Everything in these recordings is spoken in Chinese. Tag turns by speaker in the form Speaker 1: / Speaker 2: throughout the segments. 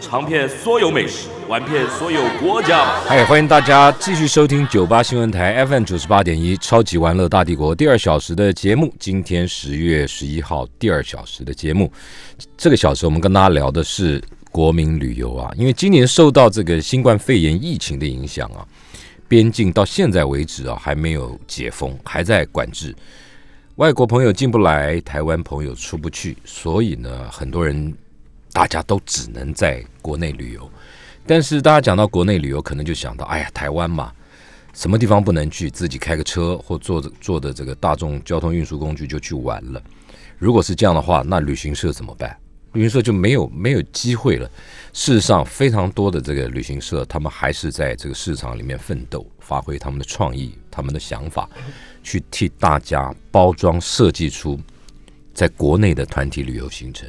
Speaker 1: 尝遍所有美食，玩遍所有国家吧。
Speaker 2: 哎，欢迎大家继续收听九八新闻台 FM 九十八点一《超级玩乐大帝国》第二小时的节目。今天十月十一号第二小时的节目，这个小时我们跟大家聊的是国民旅游啊，因为今年受到这个新冠肺炎疫情的影响啊，边境到现在为止啊还没有解封，还在管制，外国朋友进不来，台湾朋友出不去，所以呢，很多人大家都只能在国内旅游。但是大家讲到国内旅游，可能就想到，哎呀，台湾嘛，什么地方不能去？自己开个车或坐着坐的这个大众交通运输工具就去玩了。如果是这样的话，那旅行社怎么办？旅行社就没有没有机会了。事实上，非常多的这个旅行社，他们还是在这个市场里面奋斗，发挥他们的创意、他们的想法，去替大家包装设计出在国内的团体旅游行程。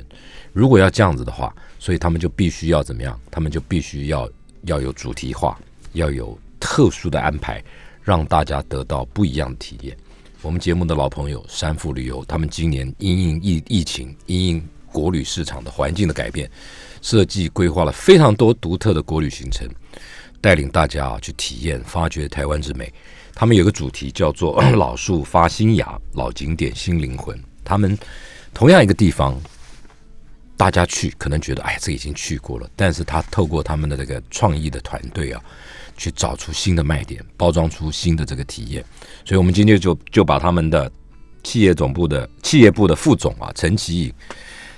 Speaker 2: 如果要这样子的话，所以他们就必须要怎么样？他们就必须要要有主题化，要有特殊的安排，让大家得到不一样的体验。我们节目的老朋友山富旅游，他们今年因应疫疫情，因应国旅市场的环境的改变，设计规划了非常多独特的国旅行程，带领大家啊去体验、发掘台湾之美。他们有个主题叫做“老树发新芽，老景点新灵魂”。他们同样一个地方，大家去可能觉得哎，这已经去过了，但是他透过他们的这个创意的团队啊，去找出新的卖点，包装出新的这个体验。所以我们今天就就把他们的企业总部的企业部的副总啊陈其颖，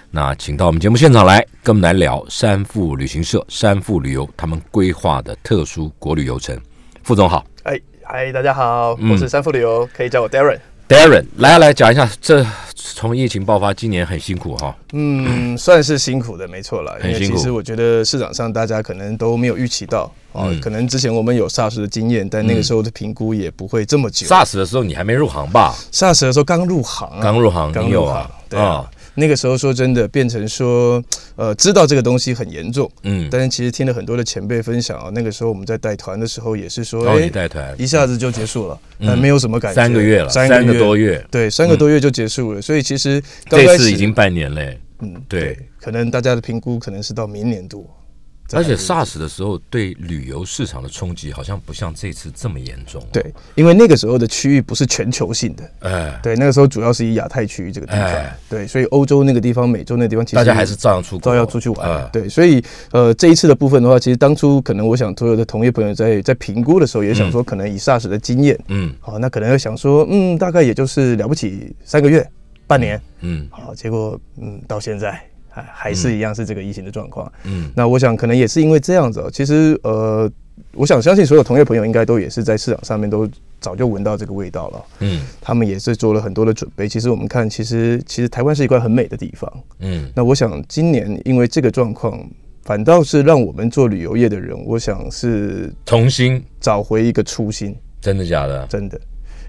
Speaker 2: 那请到我们节目现场来，跟我们来聊山富旅行社、山富旅游他们规划的特殊国旅游程。副总好
Speaker 3: 哎嗨，大家好，
Speaker 2: 嗯
Speaker 3: 我是三富旅游，可以叫我 Darren。
Speaker 2: ，Darren，来啊来讲一下，这从疫情爆发，今年很辛苦哈、
Speaker 3: 嗯，算是辛苦的，没错啦。因
Speaker 2: 很
Speaker 3: 为
Speaker 2: 辛苦
Speaker 3: 其实我觉得市场上大家可能都没有预期到哦，
Speaker 2: 嗯
Speaker 3: 可能之前我们有 SARS 的经验，但那个时候的评估也不会这么久。
Speaker 2: SARS 的时候你还没入行吧？
Speaker 3: SARS 的时候刚入行啊，
Speaker 2: 嗯刚入行，
Speaker 3: 刚
Speaker 2: 你有
Speaker 3: 入行
Speaker 2: 啊，，
Speaker 3: 对啊。那个时候说真的，变成说，呃，知道这个东西很严重，
Speaker 2: 嗯，
Speaker 3: 但是其实听了很多的前辈分享啊，那个时候我们在带团的时候也是说，
Speaker 2: 然后哦你
Speaker 3: 哎，
Speaker 2: 带团
Speaker 3: 一下子就结束了，
Speaker 2: 嗯
Speaker 3: 但没有什么感觉，
Speaker 2: 三个月了，
Speaker 3: 三
Speaker 2: 三
Speaker 3: 个
Speaker 2: 个
Speaker 3: 月
Speaker 2: 多月，嗯
Speaker 3: 对，三个多月就结束了，所以其实刚
Speaker 2: 这
Speaker 3: 开
Speaker 2: 次
Speaker 3: 始
Speaker 2: 已经半年嘞。
Speaker 3: 嗯
Speaker 2: 对，
Speaker 3: 可能大家的评估可能是到明年度，
Speaker 2: 而且
Speaker 3: 上
Speaker 2: SARS 的时候对旅游市场的冲击好像不像这次这么严重。，啊
Speaker 3: 对，因为那个时候的区域不是全球性的，
Speaker 2: 哎，
Speaker 3: 对，那个时候主要是以亚太区域这个地方
Speaker 2: 哎，
Speaker 3: 对，所以欧洲那个地方、美洲那个地方，其实
Speaker 2: 大家还是照样出国，
Speaker 3: 照样出去玩
Speaker 2: 哎。
Speaker 3: 对，所以呃，这一次的部分的话，其实当初可能我想所有的同业朋友在在评估的时候，也想说可能以 SARS 的经验，
Speaker 2: 嗯
Speaker 3: 好，那可能要想说，嗯，大概也就是了不起三个月、半年，
Speaker 2: 嗯
Speaker 3: 好，结果嗯，到现在还还是一样是这个疫情的状况。
Speaker 2: 嗯，
Speaker 3: 那我想可能也是因为这样子哦，其实呃，我想相信所有同业朋友应该都也是在市场上面都早就闻到这个味道了，哦
Speaker 2: 嗯
Speaker 3: 他们也是做了很多的准备。其实我们看，其实其实台湾是一块很美的地方。
Speaker 2: 嗯
Speaker 3: 那我想今年因为这个状况，反倒是让我们做旅游业的人，我想是
Speaker 2: 重新，
Speaker 3: 找回一个初心。
Speaker 2: 真的假的？
Speaker 3: 真的。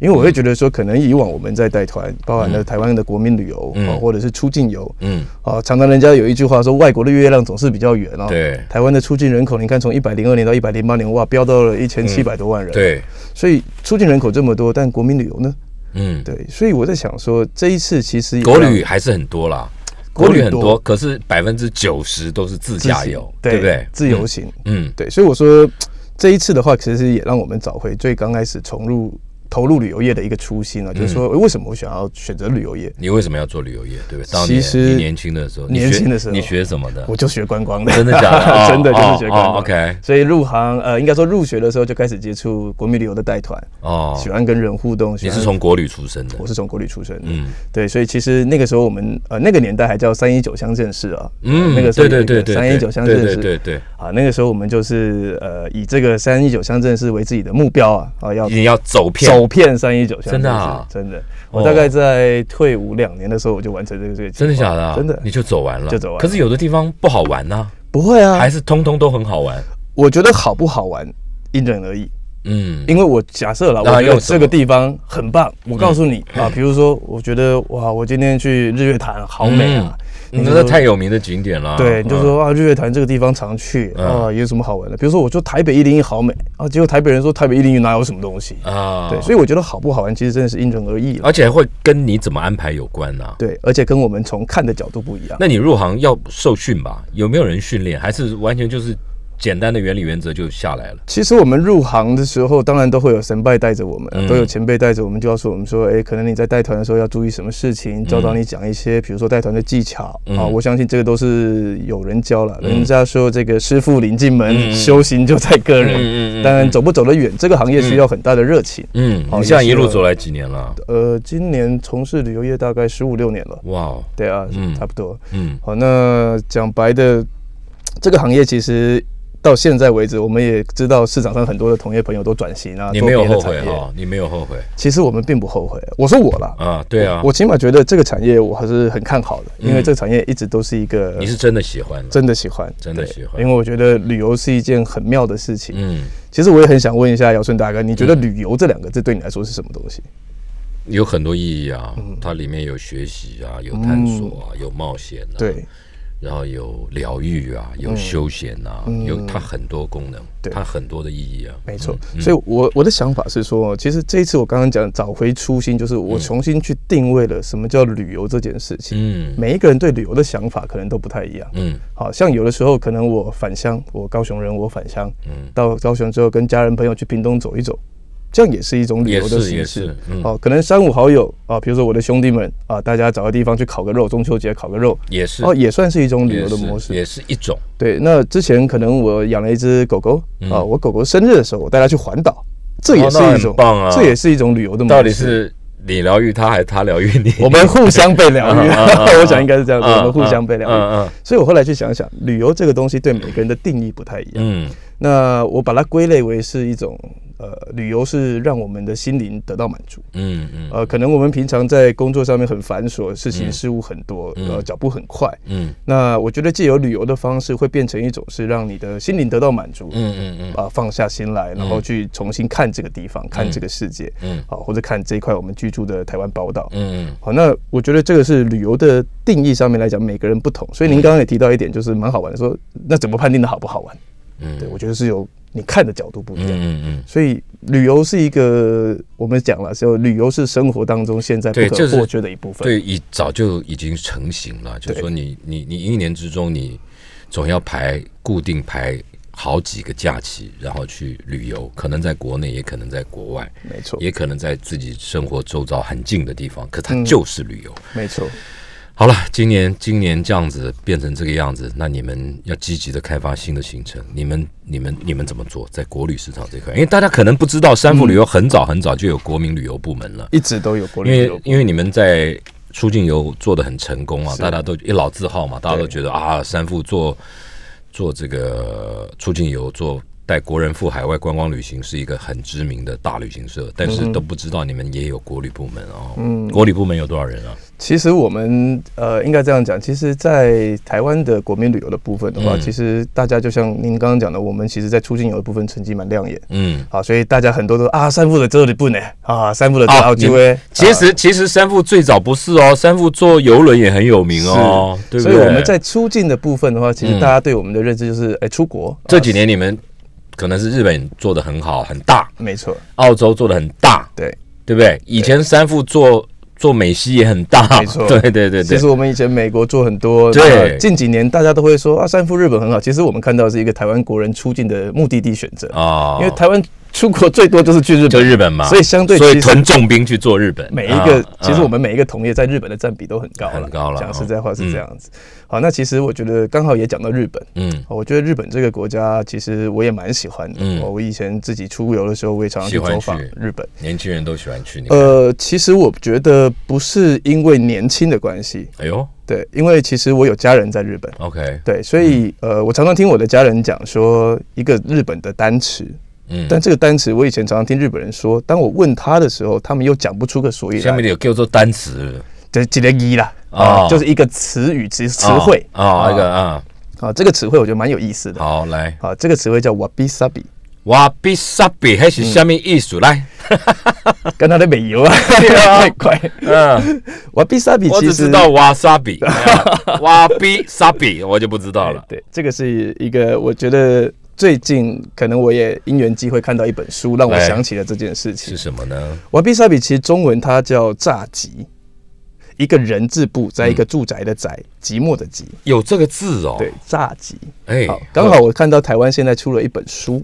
Speaker 3: 因为
Speaker 2: 嗯
Speaker 3: 我会觉得说，可能以往我们在带团，包含了台湾的国民旅游，
Speaker 2: 嗯
Speaker 3: 哦或者是出境游，
Speaker 2: 嗯，
Speaker 3: 哦，常常人家有一句话说，外国的月亮总是比较圆哦。
Speaker 2: 对
Speaker 3: 台湾的出境人口，你看从一百零二年到一百零八年，哇，飙到了一千七百多万人。，
Speaker 2: 嗯对，
Speaker 3: 所以出境人口这么多，但国民旅游呢？
Speaker 2: 嗯，
Speaker 3: 对，所以我在想说，这一次其实也
Speaker 2: 国
Speaker 3: 让
Speaker 2: 旅还是很多啦，
Speaker 3: 国
Speaker 2: 国
Speaker 3: 旅
Speaker 2: 旅很
Speaker 3: 多
Speaker 2: 多，可是百分之九十都是自
Speaker 3: 自行
Speaker 2: 驾游，
Speaker 3: 对
Speaker 2: 不对？
Speaker 3: 自由行，
Speaker 2: 嗯，
Speaker 3: 对，所以我说这一次的话，其实也让我们找回最刚开始重入投入旅游业的一个初心
Speaker 2: 嗯
Speaker 3: 啊，就是说，诶为什么我想要选择旅游业？
Speaker 2: 你为什么要做旅游业？对不对？当年
Speaker 3: 其实
Speaker 2: 你年轻的时候，你学
Speaker 3: 年轻的时候
Speaker 2: 你学什么的？
Speaker 3: 我就学观光的，
Speaker 2: 真的假 的哦
Speaker 3: 真的就是学观
Speaker 2: 哦
Speaker 3: 光。
Speaker 2: 哦，OK
Speaker 3: 所以入行呃，应该说入学的时候就开始接触国民旅游的带团，
Speaker 2: 哦
Speaker 3: 喜，欢跟人互动。喜
Speaker 2: 你
Speaker 3: 欢
Speaker 2: 是从国旅出身的
Speaker 3: 我，是从国旅出身的，
Speaker 2: 嗯
Speaker 3: 对，所以其实那个时候我们呃那个年代还叫三一九乡镇市啊，
Speaker 2: 嗯，
Speaker 3: 那个时候
Speaker 2: 对对对对，
Speaker 3: 三一九乡
Speaker 2: 对
Speaker 3: 镇
Speaker 2: 对
Speaker 3: 市，
Speaker 2: 对对。
Speaker 3: 啊，那个时候我们就是呃以这个三一九乡镇市为自己的目标啊，啊要
Speaker 2: 一定要走遍。
Speaker 3: 走遍三一九
Speaker 2: 真
Speaker 3: 乡镇市，
Speaker 2: 的啊
Speaker 3: 真的，我大概在退伍两年的时候我就完成这个这个计划，
Speaker 2: 真的假的、啊？
Speaker 3: 哦真的
Speaker 2: 你就走完了，
Speaker 3: 就走完了
Speaker 2: 可是有的地方不好玩呐、
Speaker 3: 不会啊，
Speaker 2: 还是通通都很好玩。
Speaker 3: 我觉得好不好玩因人而异，
Speaker 2: 嗯
Speaker 3: 因为我假设了，
Speaker 2: 那
Speaker 3: 我觉
Speaker 2: 用
Speaker 3: 得
Speaker 2: 什么嗯
Speaker 3: 这个地方很棒，我告诉你啊，比如说我觉得哇，我今天去日月潭好美啊，
Speaker 2: 嗯
Speaker 3: 你
Speaker 2: 那
Speaker 3: 就
Speaker 2: 那
Speaker 3: 说
Speaker 2: 太有名的景点了。
Speaker 3: 对，你就
Speaker 2: 嗯
Speaker 3: 说啊，日月潭这个地方常去啊，有什么好玩的？比如说，我说台北一零一好美啊，结果台北人说台北一零一哪有什么东西？
Speaker 2: 啊，
Speaker 3: 对，所以我觉得好不好玩，其实真的是因人而异了。
Speaker 2: 而且会跟你怎么安排有关呢、
Speaker 3: 对，而且跟我们从看的角度不一样。
Speaker 2: 那你入行要受训吧？有没有人训练？还是完全就是简单的原理原则就下来了？
Speaker 3: 其实我们入行的时候，当然都会有神拜带着我们，啊
Speaker 2: 嗯
Speaker 3: 都有前辈带着我们，就要说我们说，哎，可能你在带团的时候要注意什么事
Speaker 2: 嗯
Speaker 3: 情，教导你讲一些，比如说带团的技巧、啊，我相信这个都是有人教了。
Speaker 2: 嗯
Speaker 3: 人家说这个师傅领进门，修行就在个
Speaker 2: 嗯
Speaker 3: 人。
Speaker 2: 嗯嗯嗯
Speaker 3: 当然走不走得远，这个行业需要很大的热情。
Speaker 2: 嗯，
Speaker 3: 好
Speaker 2: 你现在一
Speaker 3: 哦也
Speaker 2: 路
Speaker 3: 是
Speaker 2: 走来几年了？
Speaker 3: 呃，今年从事旅游业大概十五六年了，
Speaker 2: 哇哦，
Speaker 3: 对啊，
Speaker 2: 嗯
Speaker 3: 差不多。
Speaker 2: 嗯
Speaker 3: 好，那讲白的，这个行业其实到现在为止，我们也知道市场上很多的同业朋友都转型啊，
Speaker 2: 你
Speaker 3: 做
Speaker 2: 没有
Speaker 3: 别的
Speaker 2: 后
Speaker 3: 产
Speaker 2: 悔
Speaker 3: 业。
Speaker 2: 哈、你没有后悔
Speaker 3: 其实我们并不后悔，我说我啦，
Speaker 2: 啊？对啊，
Speaker 3: 我起码觉得这个产业我还是很看好的，因为这个产业一直都是一个
Speaker 2: 嗯你是真的喜欢的，
Speaker 3: 真的喜欢，
Speaker 2: 真的
Speaker 3: 对
Speaker 2: 喜欢
Speaker 3: 因为我觉得旅游是一件很妙的事情。
Speaker 2: 嗯，
Speaker 3: 其实我也很想问一下姚顺大哥，你觉得旅游这两个字对你来说是什么东西？
Speaker 2: 啊有很多意义啊，
Speaker 3: 嗯
Speaker 2: 它里面有学习啊，有探索啊，有冒险啊，，
Speaker 3: 对，
Speaker 2: 然后有疗愈啊，有休闲啊，有它很多功能，
Speaker 3: 嗯对
Speaker 2: 它很多的意义啊，
Speaker 3: 没错，所以我我的想法是说，其实这一次我刚刚讲找回初心，就是我重新去定位了什么叫旅游这件事情。
Speaker 2: 嗯
Speaker 3: 每一个人对旅游的想法可能都不太一样。
Speaker 2: 嗯
Speaker 3: 好像有的时候可能我返乡，我高雄人，我返乡，
Speaker 2: 嗯
Speaker 3: 到高雄之后跟家人朋友去屏东走一走，这样也是一种旅游的
Speaker 2: 也是也
Speaker 3: 形
Speaker 2: 是
Speaker 3: 式
Speaker 2: 嗯。
Speaker 3: 好，可能三五好友啊，比如说我的兄弟们啊，大家找个地方去烤个肉，中秋节烤个肉，
Speaker 2: 也是
Speaker 3: 哦，也算是一种旅
Speaker 2: 也
Speaker 3: 游的
Speaker 2: 是
Speaker 3: 模式。
Speaker 2: 也是一种，
Speaker 3: 对，那之前可能我养了一只狗狗啊，我狗狗生日的时候，我带它去环岛，这也是
Speaker 2: 那
Speaker 3: 一
Speaker 2: 很
Speaker 3: 种，
Speaker 2: 棒啊
Speaker 3: 这也是一种旅游的模式。
Speaker 2: 到底是你疗愈他，还是他疗愈你？
Speaker 3: 嗯我们互相被疗愈，
Speaker 2: 啊啊啊啊
Speaker 3: 我想应该是这样子，
Speaker 2: 啊
Speaker 3: 我们互相被疗
Speaker 2: 啊啊
Speaker 3: 愈
Speaker 2: 啊。
Speaker 3: 所以我后来去想想，旅游这个东西对每个人的定义不太一样。
Speaker 2: 嗯
Speaker 3: 那我把它归类为是一种。呃，旅游是让我们的心灵得到满足。
Speaker 2: 嗯嗯
Speaker 3: 呃，可能我们平常在工作上面很繁琐，事情事务很多，呃，脚步很快。
Speaker 2: 嗯
Speaker 3: 那我觉得借由旅游的方式，会变成一种是让你的心灵得到满足。
Speaker 2: 嗯嗯嗯，
Speaker 3: 啊、放下心来，然后去重新看这个地方，看这个世界，
Speaker 2: 嗯
Speaker 3: 嗯，好、或者看这一块我们居住的台湾宝岛，
Speaker 2: 嗯
Speaker 3: 好，那我觉得这个是旅游的定义上面来讲，每个人不同，所以您刚刚也提到一点，就是蛮好玩的，说那怎么判定的好不好玩？
Speaker 2: 嗯
Speaker 3: 对我觉得是由你看的角度不一样，
Speaker 2: 嗯嗯，
Speaker 3: 所以旅游是一个我们讲了，就旅游是生活当中现在不
Speaker 2: 对就
Speaker 3: 可
Speaker 2: 是
Speaker 3: 或缺的一部分，
Speaker 2: 对，已早就已经成型了。就是说你你你一年之中，你总要排固定排好几个假期，然后去旅游，可能在国内，也可能在国外，
Speaker 3: 没错，
Speaker 2: 也可能在自己生活周遭很近的地方，可
Speaker 3: 嗯
Speaker 2: 它就是旅游。
Speaker 3: 没错，
Speaker 2: 好了，今年今年这样子变成这个样子，那你们要积极的开发新的行程。你们你们你们怎么做？在国旅市场这块，因为大家可能不知道，三富旅游
Speaker 3: 嗯
Speaker 2: 很早很早就有国民旅游部门了，
Speaker 3: 一直都有国
Speaker 2: 因
Speaker 3: 旅旅游
Speaker 2: 为，因为你们在出境游做的很成功啊，大家都一老字号嘛，大家都觉得啊，三富做做这个出境游做。带国人赴海外观光旅行是一个很知名的大旅行社，但是都不知道你们也有国旅部门哦。嗯，国旅部门有多少人啊？
Speaker 3: 其实我们呃，应该这样讲，其实，在台湾的国民旅游的部分的话，
Speaker 2: 嗯
Speaker 3: 其实大家就像您刚刚讲的，我们其实在出境游的部分成绩蛮亮眼。
Speaker 2: 嗯，
Speaker 3: 啊，所以大家很多都啊，三富的这里不呢，啊，三富的这里
Speaker 2: 哦
Speaker 3: 好
Speaker 2: 你
Speaker 3: 就会，啊
Speaker 2: 其实其实三富最早不是哦，三富做游轮也很有名哦，对不
Speaker 3: 所
Speaker 2: 对？嗯
Speaker 3: 以我们在出境的部分的话，其实大家对我们的认知就是，哎，出国啊
Speaker 2: 这几年你们可能是日本做的很好很大，
Speaker 3: 没错，
Speaker 2: 澳洲做的很大，
Speaker 3: 对，
Speaker 2: 对不对？以前三富做做美西也很大，
Speaker 3: 没错
Speaker 2: 啊 对对对
Speaker 3: 其
Speaker 2: 对
Speaker 3: 实，我们以前美国做很多，
Speaker 2: 对
Speaker 3: 那近几年大家都会说啊，三富日本很好，其实我们看到的是一个台湾国人出境的目的地选择，
Speaker 2: 啊
Speaker 3: 因为台湾出国最多就是去日本，
Speaker 2: 就日本嘛，
Speaker 3: 所以相对
Speaker 2: 所以
Speaker 3: 其实
Speaker 2: 屯重兵去做日本，
Speaker 3: 每一个
Speaker 2: 啊，
Speaker 3: 其实
Speaker 2: 啊
Speaker 3: 我们每一个同业在日本的占比都很高了，
Speaker 2: 很高了
Speaker 3: 讲
Speaker 2: 哦
Speaker 3: 实在话是这样子。好，那其实我觉得刚好也讲到日本。
Speaker 2: 嗯
Speaker 3: 哦我觉得日本这个国家，其实我也蛮喜欢的。
Speaker 2: 嗯
Speaker 3: 哦我以前自己出游的时候，我也常常去
Speaker 2: 喜欢
Speaker 3: 走访
Speaker 2: 去
Speaker 3: 日本。
Speaker 2: 年轻人都喜欢去，你看，
Speaker 3: 呃，其实我觉得不是因为年轻的关系，
Speaker 2: 哎呦
Speaker 3: 对，因为其实我有家人在日本，
Speaker 2: ，OK，
Speaker 3: 对，所以
Speaker 2: 嗯
Speaker 3: 呃，我常常听我的家人讲说一个日本的单词，
Speaker 2: 嗯，
Speaker 3: 但这个单词我以前常常听日本人说，当我问他的时候，他们又讲不出个所以
Speaker 2: 下
Speaker 3: 然
Speaker 2: 面。有叫做单词
Speaker 3: 就是几个一啦，
Speaker 2: 哦
Speaker 3: 啊，就是一个词语词词汇
Speaker 2: 啊，哦
Speaker 3: 啊
Speaker 2: 那个啊，
Speaker 3: 啊，这个词汇我觉得蛮有意思的。
Speaker 2: 好，来
Speaker 3: 啊，这个词汇叫 wabi sabi，
Speaker 2: 哇比萨比还
Speaker 3: 嗯
Speaker 2: 是下面艺术来，
Speaker 3: 跟他的 美游啊，太快。
Speaker 2: 嗯，
Speaker 3: wabi sabi
Speaker 2: 我
Speaker 3: 其
Speaker 2: 只
Speaker 3: 实
Speaker 2: 知道哇萨 比，哇比萨比我就不知道了。
Speaker 3: 对，这个是一个我觉得最近可能我也因缘机会看到一本书，让我
Speaker 2: 哎
Speaker 3: 想起了这件事
Speaker 2: 是。
Speaker 3: 情
Speaker 2: 什么呢？
Speaker 3: 瓦比萨比其实中文它叫炸吉，一个人字部，在一个住宅的宅，寂寞的寂，
Speaker 2: 有这个字嗯哦。
Speaker 3: 对，，炸吉。
Speaker 2: 哎
Speaker 3: 好，，刚好我看到台湾现在出了一本书。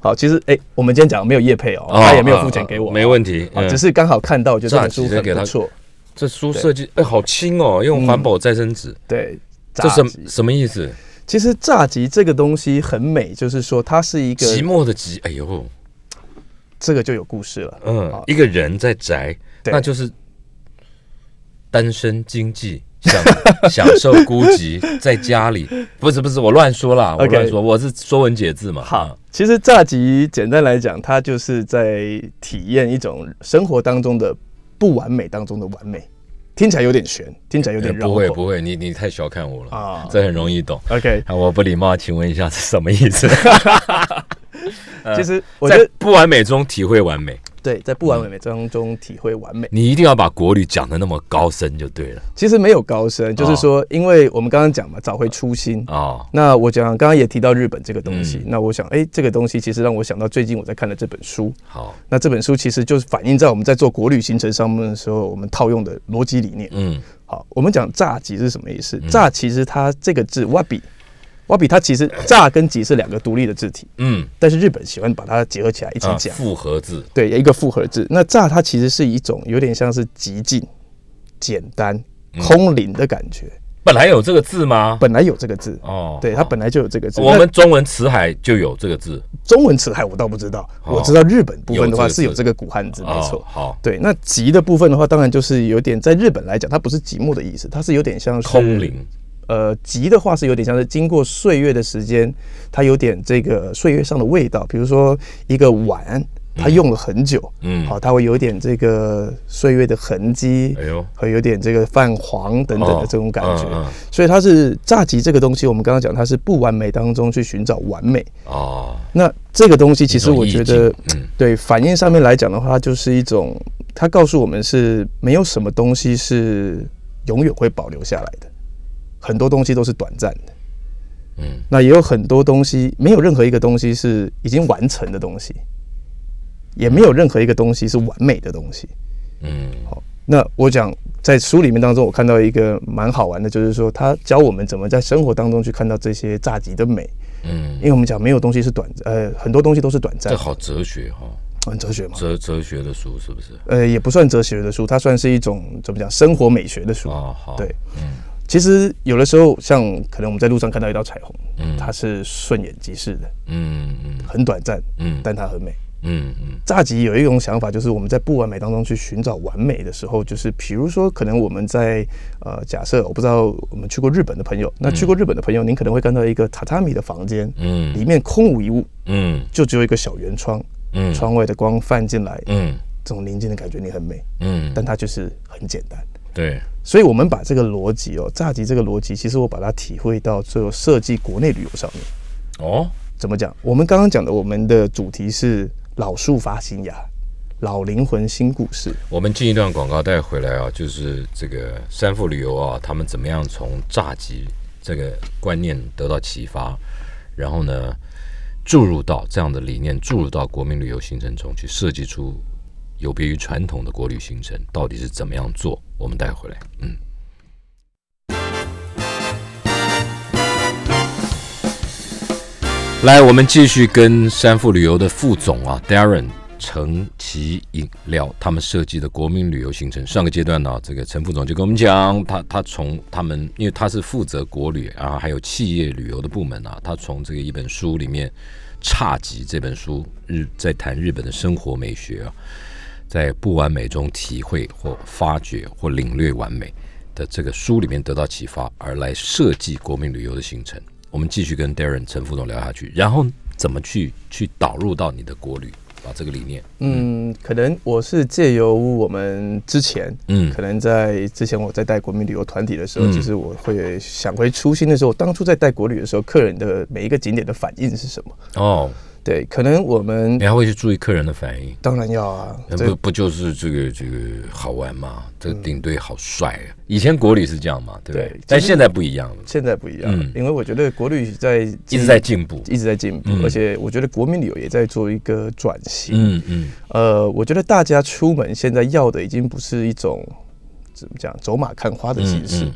Speaker 3: 好，其实哎、我们今天讲没有业配哦，
Speaker 2: 哦
Speaker 3: 他也没有付钱给我，
Speaker 2: 没问题。
Speaker 3: 啊，
Speaker 2: 嗯
Speaker 3: 只是刚好看到，我觉得这本书
Speaker 2: 炸吉
Speaker 3: 很
Speaker 2: 给他
Speaker 3: 不错。
Speaker 2: 这书设计哎，好轻哦，用环保再生纸，
Speaker 3: 对，
Speaker 2: 这
Speaker 3: 嗯炸
Speaker 2: 什
Speaker 3: 吉。
Speaker 2: 什么意思？
Speaker 3: 其实炸吉这个东西很美，就是说它是一个
Speaker 2: 寂寞的寂，哎呦，
Speaker 3: 这个就有故事了。
Speaker 2: 嗯
Speaker 3: 好，
Speaker 2: 一个人在宅，
Speaker 3: 对
Speaker 2: 那就是单身经济，享享 受孤寂，在家里，不是不是，我乱说啦，我
Speaker 3: OK
Speaker 2: 乱说，我是说文解字嘛。啊
Speaker 3: 好，，其实炸吉简单来讲，它就是在体验一种生活当中的不完美当中的完美，听起来有点悬，听起来有点绕口。
Speaker 2: 哎不会不会，你你太小看我了
Speaker 3: 啊，
Speaker 2: 这很容易懂。
Speaker 3: OK，
Speaker 2: 啊，我不礼貌，请问一下是什么意思？
Speaker 3: 其实 我觉
Speaker 2: 呃在
Speaker 3: 得
Speaker 2: 不完美中体会完美，
Speaker 3: 对，在不完美当中体会完美，
Speaker 2: 你一定要把国语讲的那么高深就对了
Speaker 3: 其实没有高深，就是说，因为我们刚刚讲嘛，找回初心。
Speaker 2: 哦。
Speaker 3: 那我讲刚刚也提到日本这个东西
Speaker 2: 嗯，
Speaker 3: 那我想，哎，这个东西其实让我想到最近我在看的这本书。
Speaker 2: 好，
Speaker 3: 那这本书其实就是反映在我们在做国旅行程上面的时候，我们套用的逻辑理念。
Speaker 2: 嗯，
Speaker 3: 好，我们讲“炸集”是什么意思？“炸”其实它这个字 “wabi”。wabi 它其实“炸”跟“集”是两个独立的字体，
Speaker 2: 嗯，
Speaker 3: 但是日本喜欢把它结合起来一起
Speaker 2: 啊，
Speaker 3: 讲，
Speaker 2: 复合字，
Speaker 3: 对，一个复合字。那“炸”它其实是一种有点像是极尽、简单、
Speaker 2: 嗯
Speaker 3: 空灵的感觉。
Speaker 2: 本来有这个字吗？
Speaker 3: 本来有这个字，
Speaker 2: 哦，
Speaker 3: 对，它本来就有这个字。
Speaker 2: 我
Speaker 3: 那
Speaker 2: 们中文词海就有这个字，
Speaker 3: 中文词海我倒不知道，
Speaker 2: 哦
Speaker 3: 我知道日本部分
Speaker 2: 有这
Speaker 3: 的
Speaker 2: 个
Speaker 3: 话
Speaker 2: 字
Speaker 3: 是有这个古汉字，没
Speaker 2: 哦
Speaker 3: 错。
Speaker 2: 好，
Speaker 3: 对，那“极”的部分的话，当然就是有点在日本来讲，它不是寂寞的意思，它是有点像是
Speaker 2: 空灵，
Speaker 3: 呃，急的话是有点像是经过岁月的时间，它有点这个岁月上的味道。比如说一个碗，它用了很久，
Speaker 2: 嗯
Speaker 3: 好、它会有点这个岁月的痕迹，
Speaker 2: 哎呦
Speaker 3: 会有点这个泛黄等等的这种感觉。
Speaker 2: 哦嗯嗯
Speaker 3: 所以它是炸鸡这个东西，我们刚刚讲它是不完美当中去寻找完美。
Speaker 2: 哦，
Speaker 3: 那这个东西其实
Speaker 2: 一种
Speaker 3: 我
Speaker 2: 意
Speaker 3: 觉
Speaker 2: 境
Speaker 3: 得，
Speaker 2: 嗯
Speaker 3: 对反应上面来讲的话，它就是一种，它告诉我们是没有什么东西是永远会保留下来的，很多东西都是短暂的。
Speaker 2: 嗯，
Speaker 3: 那也有很多东西，没有任何一个东西是已经完成的东西，也没有任何一个东西是完美的东西。
Speaker 2: 嗯，
Speaker 3: 那我讲在书里面当中，我看到一个蛮好玩的，就是说他教我们怎么在生活当中去看到这些炸鸡的美。
Speaker 2: 嗯，
Speaker 3: 因为我们讲没有东西是短，呃，很多东西都是短暂
Speaker 2: 这，好哲学哈，
Speaker 3: 很哲学嘛。
Speaker 2: 哲哲学的书是不是？
Speaker 3: 呃，也不算哲学的书，它算是一种怎么讲生活美学的书。
Speaker 2: 哦，好，
Speaker 3: 对，其实有的时候像可能我们在路上看到一道彩虹，它是瞬眼即逝的，
Speaker 2: 嗯嗯
Speaker 3: 很短暂，
Speaker 2: 嗯
Speaker 3: 但它很美。
Speaker 2: 嗯嗯，
Speaker 3: 炸吉有一种想法，就是我们在不完美当中去寻找完美的时候，就是比如说，可能我们在呃，假设我不知道我们去过日本的朋友，那去过日本的朋友，您可能会看到一个榻榻米的房间，
Speaker 2: 嗯
Speaker 3: 里面空无一物，
Speaker 2: 嗯
Speaker 3: 就只有一个小圆窗，
Speaker 2: 嗯
Speaker 3: 窗外的光泛进来，
Speaker 2: 嗯
Speaker 3: 这种宁静的感觉，你很美，
Speaker 2: 嗯，
Speaker 3: 但它就是很简单。
Speaker 2: 对，
Speaker 3: 所以我们把这个逻辑哦，炸集这个逻辑，其实我把它体会到最后设计国内旅游上面。
Speaker 2: 哦，
Speaker 3: 怎么讲？我们刚刚讲的，我们的主题是老树发新芽，老灵魂新故事。
Speaker 2: 我们进一段广告带回来啊，就是这个三富旅游啊，他们怎么样从炸鸡这个观念得到启发，然后呢，注入到这样的理念，注入到国民旅游行程中去，设计出有别于传统的国旅行程到底是怎么样做，我们带回来。嗯。来，我们继续跟山富旅游的副总啊，Darren 陈其饮料他们设计的国民旅游行程。上个阶段呢、这个陈副总就跟我们讲，他他从他们，因为他是负责国旅啊，还有企业旅游的部门啊，他从这个一本书里面《差集》这本书日在谈日本的生活美学啊，在不完美中体会或发掘或领略完美的这个书里面得到启发，而来设计国民旅游的行程。我们继续跟 Darren 陈副总聊下去，然后怎么去去导入到你的国旅把这个理念？
Speaker 3: 嗯，可能我是借由我们之前，
Speaker 2: 嗯
Speaker 3: 可能在之前我在带国民旅游团体的时候，
Speaker 2: 嗯
Speaker 3: 其实我会想回初心的时候，我当初在带国旅的时候，客人的每一个景点的反应是什么？
Speaker 2: 哦，
Speaker 3: 对，可能我们
Speaker 2: 你还会去注意客人的反应。
Speaker 3: 当然要啊，
Speaker 2: 呃
Speaker 3: 对
Speaker 2: 不不就是这个这个好玩吗？这个领队好帅啊！以前国旅是这样嘛，对不对
Speaker 3: 嗯对？
Speaker 2: 但
Speaker 3: 其实
Speaker 2: 现在不一样了，
Speaker 3: 现在不一样了，
Speaker 2: 嗯
Speaker 3: 因为我觉得国旅在一
Speaker 2: 一直在进步。
Speaker 3: 一直在进步，
Speaker 2: 嗯
Speaker 3: 而且我觉得国民旅游也在做一个转型。
Speaker 2: 嗯嗯
Speaker 3: 呃，我觉得大家出门现在要的已经不是一种怎么讲走马看花的
Speaker 2: 嗯
Speaker 3: 形式，
Speaker 2: 嗯，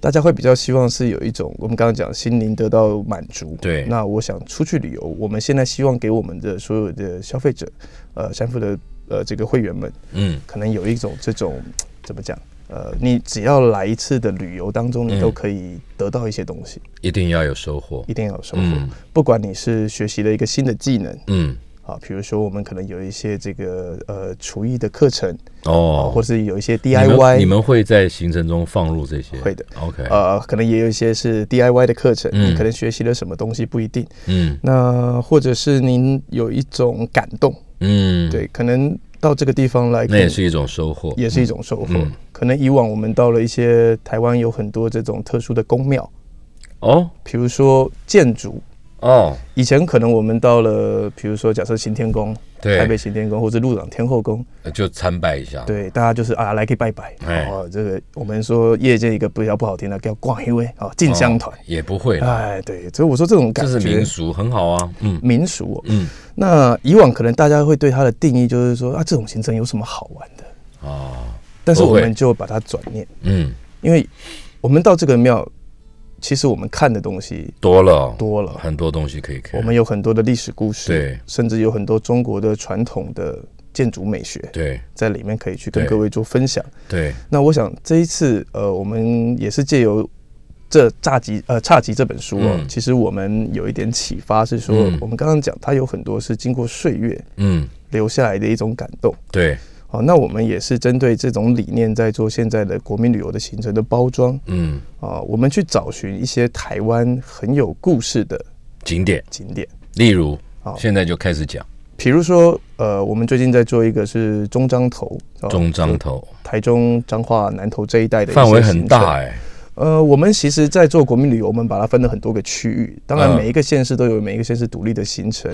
Speaker 3: 大家会比较希望是有一种我们刚刚讲心灵得到满足。
Speaker 2: 对
Speaker 3: 那我想出去旅游，我们现在希望给我们的所有的消费者，呃，山富的呃这个会员们，
Speaker 2: 嗯
Speaker 3: 可能有一种这种怎么讲？呃，你只要来一次的旅游当中，
Speaker 2: 嗯
Speaker 3: 你都可以得到一些东西，
Speaker 2: 一定要有收获
Speaker 3: 一。定要有收获。
Speaker 2: 嗯
Speaker 3: 不管你是学习了一个新的技能
Speaker 2: 嗯
Speaker 3: 啊，比如说我们可能有一些这个呃厨艺的课程啊，
Speaker 2: 哦
Speaker 3: 或，是有一些
Speaker 2: 你们
Speaker 3: DIY，
Speaker 2: 你们会在行程中放入这些？
Speaker 3: 会的。
Speaker 2: OK，
Speaker 3: 呃，可能也有一些是 DIY 的课程，
Speaker 2: 嗯
Speaker 3: 你可能学习了什么东西不一定。
Speaker 2: 嗯
Speaker 3: 那或者是您有一种感动，
Speaker 2: 嗯，，
Speaker 3: 对，可能到这个地方来，
Speaker 2: 那也是一种收获，
Speaker 3: 也是一种收获。
Speaker 2: 嗯
Speaker 3: 可能以往我们到了一些台湾有很多这种特殊的宫庙，
Speaker 2: 哦
Speaker 3: 比如说建筑。
Speaker 2: 哦，
Speaker 3: 以前可能我们到了，比如说假设行天宫、台北
Speaker 2: 对，
Speaker 3: 行天宫或者鹿港天后宫，
Speaker 2: 就参拜一下，
Speaker 3: 对，大家就是啊来去拜拜，
Speaker 2: 哎
Speaker 3: 哦，这个我们说业界一个比较不好听的叫挂一位啊进香团，
Speaker 2: 也不会啦，
Speaker 3: 哎，对，所以我说这种感
Speaker 2: 哦这
Speaker 3: 觉
Speaker 2: 是民俗，很好啊，嗯
Speaker 3: 民俗哦、
Speaker 2: 嗯
Speaker 3: 那以往可能大家会对它的定义就是说啊，这种行程有什么好玩的？
Speaker 2: 啊，
Speaker 3: 但是
Speaker 2: 不
Speaker 3: 我
Speaker 2: 会
Speaker 3: 们就把它转念，
Speaker 2: 嗯，
Speaker 3: 因为我们到这个庙，其实我们看的东西
Speaker 2: 多了
Speaker 3: 多了，
Speaker 2: 很多东西可以看，
Speaker 3: 我们有很多的历史故事，
Speaker 2: 对
Speaker 3: 甚至有很多中国的传统的建筑美学
Speaker 2: 对
Speaker 3: 在里面可以去跟
Speaker 2: 对
Speaker 3: 各位做分享。
Speaker 2: 对，
Speaker 3: 那我想这一次，呃，我们也是借由这《炸集》呃《差集》这本书哦，
Speaker 2: 嗯
Speaker 3: 其实我们有一点启发是说，
Speaker 2: 嗯
Speaker 3: 我们刚刚讲它有很多是经过岁月
Speaker 2: 嗯
Speaker 3: 留下来的一种感动。
Speaker 2: 对，
Speaker 3: 好，那我们也是针对这种理念在做现在的国民旅游的行程的包装
Speaker 2: 嗯，
Speaker 3: 啊，我们去找寻一些台湾很有故事的
Speaker 2: 景点，
Speaker 3: 景点。
Speaker 2: 例如
Speaker 3: 好
Speaker 2: 现在就开始讲
Speaker 3: 比如说，呃，我们最近在做一个是中彰投，啊
Speaker 2: 中
Speaker 3: 就
Speaker 2: 彰头，
Speaker 3: 台中、彰化、南投这一带的一些
Speaker 2: 范围
Speaker 3: 行
Speaker 2: 很
Speaker 3: 程
Speaker 2: 大哎，
Speaker 3: 呃，我们其实，在做国民旅游，我们把它分了很多个区域。当然，
Speaker 2: 嗯
Speaker 3: 每一个县市都有每一个县市独立的行程。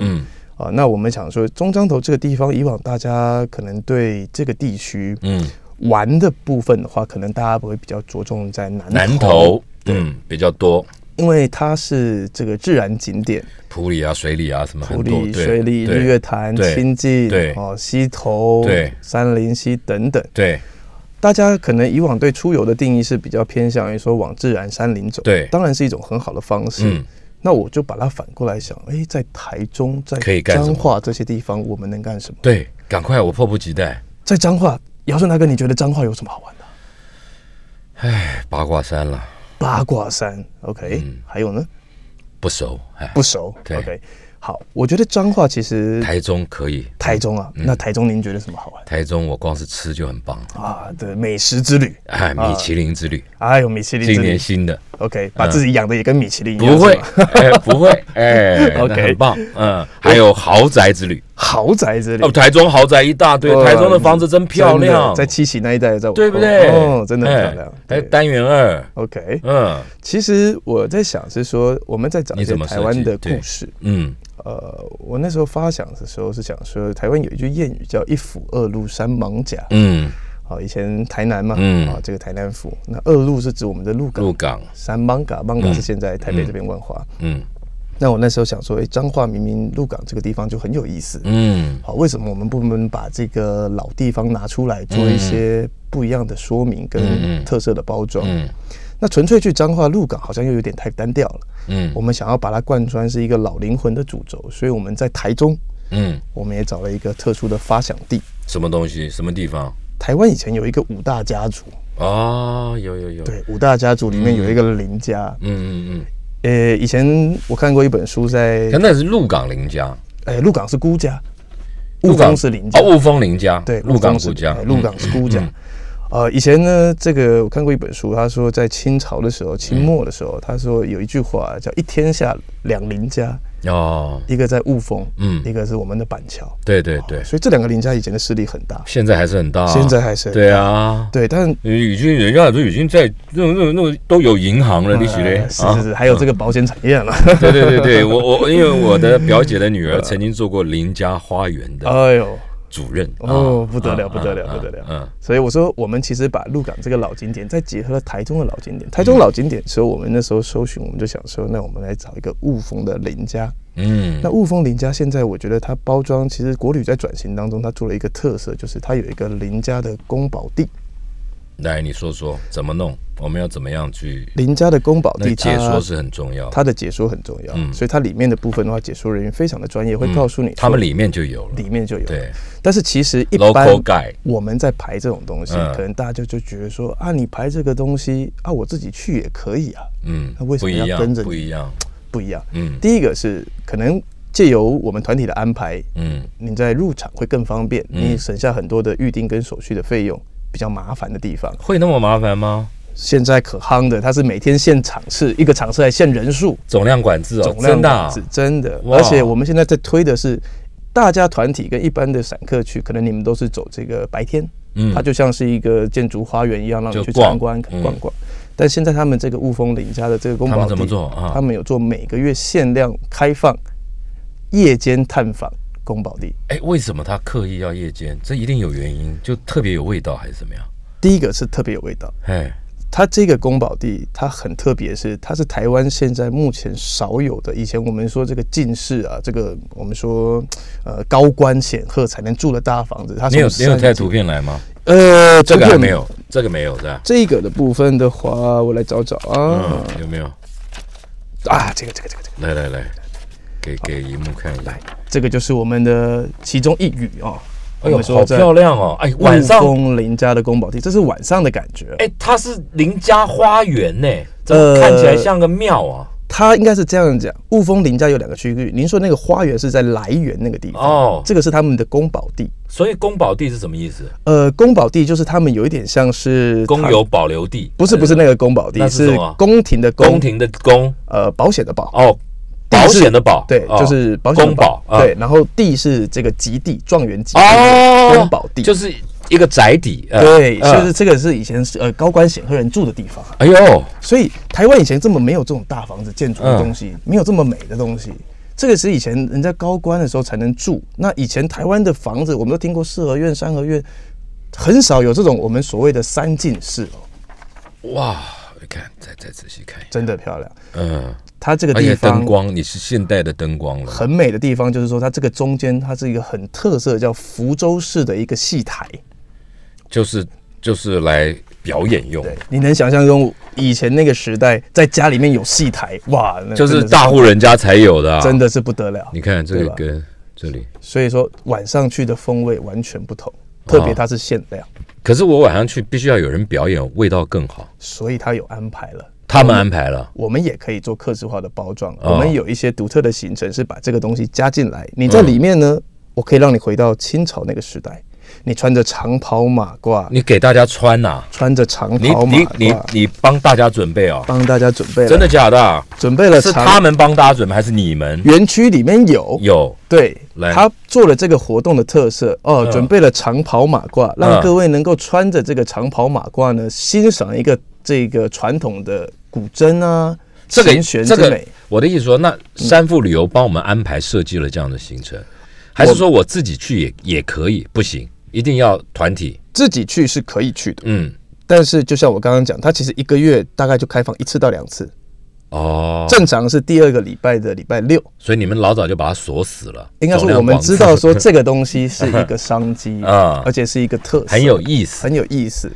Speaker 3: 啊、
Speaker 2: 嗯
Speaker 3: 那我们想说，中彰头这个地方，以往大家可能对这个地区
Speaker 2: 嗯，
Speaker 3: 玩的部分的话，可能大家会比较着重在南投，
Speaker 2: 南头，嗯，比较多。
Speaker 3: 因为它是这个自然景点，
Speaker 2: 普里啊、水里啊，什么很
Speaker 3: 湖
Speaker 2: 多，
Speaker 3: 里、
Speaker 2: 对
Speaker 3: 水里、
Speaker 2: 对
Speaker 3: 日月潭、
Speaker 2: 对
Speaker 3: 清境
Speaker 2: 对、
Speaker 3: 哦溪头、
Speaker 2: 对
Speaker 3: 山林溪等等。
Speaker 2: 对
Speaker 3: 大家可能以往对出游的定义是比较偏向于说往自然山林走，
Speaker 2: 对
Speaker 3: 当然是一种很好的方式。
Speaker 2: 嗯
Speaker 3: 那我就把它反过来想，哎，在台中、在
Speaker 2: 可以干什么
Speaker 3: 彰化这些地方，我们能干什么？
Speaker 2: 对，赶快，我迫不及待。
Speaker 3: 在彰化，姚顺大哥，你觉得彰化有什么好玩的？
Speaker 2: 八卦山了，
Speaker 3: 八卦山，OK，、
Speaker 2: 嗯
Speaker 3: 还有呢？
Speaker 2: 不熟，哎，
Speaker 3: 不熟
Speaker 2: 对
Speaker 3: ，OK。好，我觉得彰化其实
Speaker 2: 台嗯中可以，
Speaker 3: 台中啊，那台中您觉得什么好玩
Speaker 2: 台中我光是吃就很棒，
Speaker 3: 啊？对，美食之旅，
Speaker 2: 哎，米其林之旅，
Speaker 3: 哎啊呦，米其林之
Speaker 2: 今年
Speaker 3: 旅
Speaker 2: 新的，
Speaker 3: ，OK，把自己养的也跟米其林一样，
Speaker 2: 不会
Speaker 3: 是吧，
Speaker 2: 哎，不会，哎，那
Speaker 3: OK
Speaker 2: 很棒，嗯，还有豪宅之旅，
Speaker 3: 豪宅之旅
Speaker 2: 哦，。台中豪宅一大堆，
Speaker 3: 哦
Speaker 2: 台中的房子真漂
Speaker 3: 真
Speaker 2: 亮
Speaker 3: 的，在七喜那一带，在我
Speaker 2: 对不对？
Speaker 3: 哦，真的很漂
Speaker 2: 哎。
Speaker 3: 亮
Speaker 2: 还
Speaker 3: 对
Speaker 2: 有单元二，
Speaker 3: OK，
Speaker 2: 嗯
Speaker 3: 其实我在想是说，我们在讲一
Speaker 2: 你
Speaker 3: 些
Speaker 2: 怎么
Speaker 3: 台湾
Speaker 2: 设计
Speaker 3: 的
Speaker 2: 对
Speaker 3: 故事。
Speaker 2: 嗯，
Speaker 3: 呃，我那时候发想的时候是想说，台湾有一句谚语叫“一府二路三艋甲”。
Speaker 2: 嗯，
Speaker 3: 好，以前台南嘛，
Speaker 2: 嗯
Speaker 3: 啊，这个台南府，那二路是指我们的鹿港，
Speaker 2: 鹿港，
Speaker 3: 三艋甲，艋甲
Speaker 2: 嗯
Speaker 3: 是现在台北这边万华。
Speaker 2: 嗯
Speaker 3: 那我那时候想说，哎，彰化明明鹿港这个地方就很有意思，
Speaker 2: 嗯
Speaker 3: 好，为什么我们不能把这个老地方拿出来做一些不一样的说明
Speaker 2: 嗯
Speaker 3: 跟
Speaker 2: 嗯
Speaker 3: 特色的包装？
Speaker 2: 嗯
Speaker 3: 那纯粹去彰化鹿港好像又有点太单调了。
Speaker 2: 嗯
Speaker 3: 我们想要把它贯穿是一个老灵魂的主轴，所以我们在台中，
Speaker 2: 嗯，
Speaker 3: 我们也找了一个特殊的发想地。
Speaker 2: 什么东西，什么地方？
Speaker 3: 台湾以前有一个五大家族，
Speaker 2: 哦，有有有，
Speaker 3: 对，五大家族里面有一个林家。
Speaker 2: 嗯嗯
Speaker 3: 呃、以前我看过一本书在
Speaker 2: 嗯，可，那是鹿港林家，
Speaker 3: 呃、鹿港是孤家，
Speaker 2: 鹿
Speaker 3: 雾
Speaker 2: 港
Speaker 3: 峰是林家，
Speaker 2: 哦，雾峰林家，
Speaker 3: 对，
Speaker 2: 鹿港
Speaker 3: 是
Speaker 2: 顾家嗯
Speaker 3: 哎，鹿港是孤家。啊、呃，以前呢，这个我看过一本书，他说在清朝的时候，清末的时
Speaker 2: 嗯
Speaker 3: 候，他说有一句话叫“一天下两邻家”，
Speaker 2: 哦，
Speaker 3: 一个在雾峰，
Speaker 2: 嗯
Speaker 3: 一个是我们的板桥，
Speaker 2: 对对对，
Speaker 3: 所以这两个邻家以前的势力很大，
Speaker 2: 现在还是很大，
Speaker 3: 现在还是很
Speaker 2: 啊对啊，
Speaker 3: 对，但
Speaker 2: 已经人家都已经在那种那种那种都有银行了，你许嘞
Speaker 3: 呃，是是是，还有这个保险产业了，
Speaker 2: 啊对对对对， 我我因为我的表姐的女儿曾经做过林家花园的
Speaker 3: 哎呦，
Speaker 2: 主任，
Speaker 3: 哦，不得
Speaker 2: 啊
Speaker 3: 了，不得了，
Speaker 2: 啊
Speaker 3: 不得了，
Speaker 2: 嗯
Speaker 3: 所以我说，我们其实把鹿港这个老景点，再结合了台中的老景点。台中老景点的时候，我们那时候搜寻，我们就想说，那我们来找一个雾峰的林家。
Speaker 2: 嗯
Speaker 3: 那雾峰林家现在我觉得它包装，其实国旅在转型当中，它做了一个特色，就是它有一个林家的宫保地。
Speaker 2: 来你说说怎么弄，我们要怎么样去？
Speaker 3: 林家的宫保
Speaker 2: 那
Speaker 3: 地，
Speaker 2: 解
Speaker 3: 它
Speaker 2: 说是很重要，
Speaker 3: 它的解说很重要，
Speaker 2: 嗯
Speaker 3: 所以它里面的部分的话，解说人员非常的专业，会告诉你、
Speaker 2: 他们里面就有了，
Speaker 3: 里面就有。
Speaker 2: 对，
Speaker 3: 但是其实一
Speaker 2: Local
Speaker 3: 般
Speaker 2: guy
Speaker 3: 我们在排这种东西，
Speaker 2: 嗯
Speaker 3: 可能大家就就觉得说啊，你排这个东西啊，我自己去也可以啊，
Speaker 2: 嗯，
Speaker 3: 那为什
Speaker 2: 不
Speaker 3: 么
Speaker 2: 一
Speaker 3: 要
Speaker 2: 样
Speaker 3: 跟着，你
Speaker 2: 不一样，
Speaker 3: 不一样。
Speaker 2: 嗯
Speaker 3: 第一个是可能借由我们团体的安排，
Speaker 2: 嗯
Speaker 3: 你在入场会更方便，
Speaker 2: 嗯
Speaker 3: 你省下很多的预定跟手续的费用。比较麻烦的地方，
Speaker 2: 会那么麻烦吗？
Speaker 3: 现在可夯的，它是每天限场次，一个场次还限人数，
Speaker 2: 总量管制哦
Speaker 3: 总，量
Speaker 2: 真的啊
Speaker 3: 是真的。
Speaker 2: 哇
Speaker 3: 而且我们现在在推的是，大家团体跟一般的散客去，可能你们都是走这个白天，
Speaker 2: 嗯
Speaker 3: 它就像是一个建筑花园一样，让
Speaker 2: 就
Speaker 3: 你去
Speaker 2: 逛
Speaker 3: 参观
Speaker 2: 嗯
Speaker 3: 逛逛。但现在他们这个雾峰林家的这个宫
Speaker 2: 他
Speaker 3: 保
Speaker 2: 们
Speaker 3: 地，
Speaker 2: 怎么做啊
Speaker 3: 他们有做每个月限量开放夜间探访宫保地。
Speaker 2: 哎，为什么他刻意要夜间？这一定有原因，就特别有味道还是怎么样？
Speaker 3: 第一个是特别有味道，
Speaker 2: 哎，
Speaker 3: 它这个宫保地它很特别是，它是台湾现在目前少有的。以前我们说这个进士啊，这个我们说呃高官显赫才能住的大房子，它
Speaker 2: 你有
Speaker 3: 从
Speaker 2: 你有
Speaker 3: 山
Speaker 2: 带
Speaker 3: 景
Speaker 2: 图片来吗？
Speaker 3: 呃
Speaker 2: 这个
Speaker 3: 图
Speaker 2: 还
Speaker 3: 片
Speaker 2: 没有，这个没有是吧？
Speaker 3: 这个的部分的话，我来找找啊、
Speaker 2: 嗯，有没有？
Speaker 3: 啊，这个这个这个这
Speaker 2: 来
Speaker 3: 个
Speaker 2: 来来，给给荧幕看一下。
Speaker 3: 这个就是我们的其中一隅哦。
Speaker 2: 哎呦，
Speaker 3: 我们
Speaker 2: 好
Speaker 3: 说在
Speaker 2: 漂亮哦！哎，晚上
Speaker 3: 雾峰林家的宫保地，这是晚上的感觉。
Speaker 2: 哎，它是邻家花园呢，怎
Speaker 3: 呃
Speaker 2: 么看起来像个庙啊？
Speaker 3: 它应该是这样讲，雾峰林家有两个区域，您说那个花园是在来源那个地方，
Speaker 2: 哦
Speaker 3: 这个是他们的宫保地。
Speaker 2: 所以宫保地是什么意思？
Speaker 3: 呃，宫保地就是他们有一点像是
Speaker 2: 公
Speaker 3: 他
Speaker 2: 有，保留地，
Speaker 3: 不是不是那个宫保地
Speaker 2: 那，是什
Speaker 3: 是
Speaker 2: 么啊
Speaker 3: 宫廷的
Speaker 2: 宫，廷的宫
Speaker 3: 呃，保险的保，
Speaker 2: 哦，
Speaker 3: 地
Speaker 2: 保
Speaker 3: 是
Speaker 2: 险的保，
Speaker 3: 对，
Speaker 2: 哦
Speaker 3: 就是保险的
Speaker 2: 宫保，啊
Speaker 3: 对，然后地是这个极地状元极地
Speaker 2: 哦，
Speaker 3: 宫保地，
Speaker 2: 就是是一个宅邸，呃
Speaker 3: 对，
Speaker 2: 呃
Speaker 3: 就是这个是以前是呃高官显赫人住的地方，啊
Speaker 2: 哎呦，
Speaker 3: 所以台湾以前这么没有这种大房子建筑的东西，
Speaker 2: 嗯
Speaker 3: 没有这么美的东西。这个是以前人家高官的时候才能住。那以前台湾的房子，我们都听过四合院、三合院，很少有这种我们所谓的三进式哦，
Speaker 2: 哇！你看，再再仔细看一下，
Speaker 3: 真的漂亮。
Speaker 2: 嗯，
Speaker 3: 它这个
Speaker 2: 而
Speaker 3: 地
Speaker 2: 且灯
Speaker 3: 方
Speaker 2: 光，你是现代的灯光了，
Speaker 3: 很美的地方，就是说它这个中间它是一个很特色叫福州式的一个戏台。
Speaker 2: 就是就是来表演用，
Speaker 3: 对，你能想象中以前那个时代，在家里面有戏台，哇，那
Speaker 2: 就是
Speaker 3: 真的
Speaker 2: 大户人家才有的、啊，
Speaker 3: 真。的是不得了。
Speaker 2: 你看这
Speaker 3: 对
Speaker 2: 个
Speaker 3: 吧
Speaker 2: 跟这里，
Speaker 3: 所以说晚上去的风味完全不同，
Speaker 2: 啊
Speaker 3: 特别它是限量，
Speaker 2: 可是我晚上去必须要有人表演，味道更好。
Speaker 3: 所以它有安排了。
Speaker 2: 他们安排了，
Speaker 3: 我们也可以做客制化的包装，
Speaker 2: 哦
Speaker 3: 我们有一些独特的行程是把这个东西加进来。
Speaker 2: 啊
Speaker 3: 你在里面呢，我可以让你回到清朝那个时代，你穿着长袍马褂，
Speaker 2: 你给大家穿呐、
Speaker 3: 穿着长
Speaker 2: 你
Speaker 3: 袍马
Speaker 2: 你你
Speaker 3: 褂，
Speaker 2: 你帮大家准备哦，
Speaker 3: 帮大家准备了，
Speaker 2: 真的假的啊？
Speaker 3: 准备了
Speaker 2: 是
Speaker 3: 长。
Speaker 2: 他们帮大家准备还是你们？
Speaker 3: 园区里面有
Speaker 2: 有
Speaker 3: 对
Speaker 2: 来，
Speaker 3: 他做了这个活动的特色哦，
Speaker 2: 嗯
Speaker 3: 准备了长袍马褂，
Speaker 2: 嗯
Speaker 3: 让各位能够穿着这个长袍马褂呢，欣赏一个这个传统的古筝啊，
Speaker 2: 这个
Speaker 3: 琴弦
Speaker 2: 这
Speaker 3: 之
Speaker 2: 个
Speaker 3: 美。，
Speaker 2: 我的意思说，那三富旅游帮我们安排设计了这样的行程，还是说我自己去也也可以？不行，一定要团体。
Speaker 3: 自己去是可以去的，
Speaker 2: 嗯，
Speaker 3: 但是就像我刚刚讲，它其实一个月大概就开放一次到两次，
Speaker 2: 哦，
Speaker 3: 正常是第二个礼拜的礼拜六。
Speaker 2: 所以你们老早就把它锁死了。
Speaker 3: 应该
Speaker 2: 总
Speaker 3: 说
Speaker 2: 量
Speaker 3: 我们
Speaker 2: 管制
Speaker 3: 知道 说这个东西是一个商机
Speaker 2: 啊
Speaker 3: 而且是一个特色，
Speaker 2: 很有意思，
Speaker 3: 很有意思，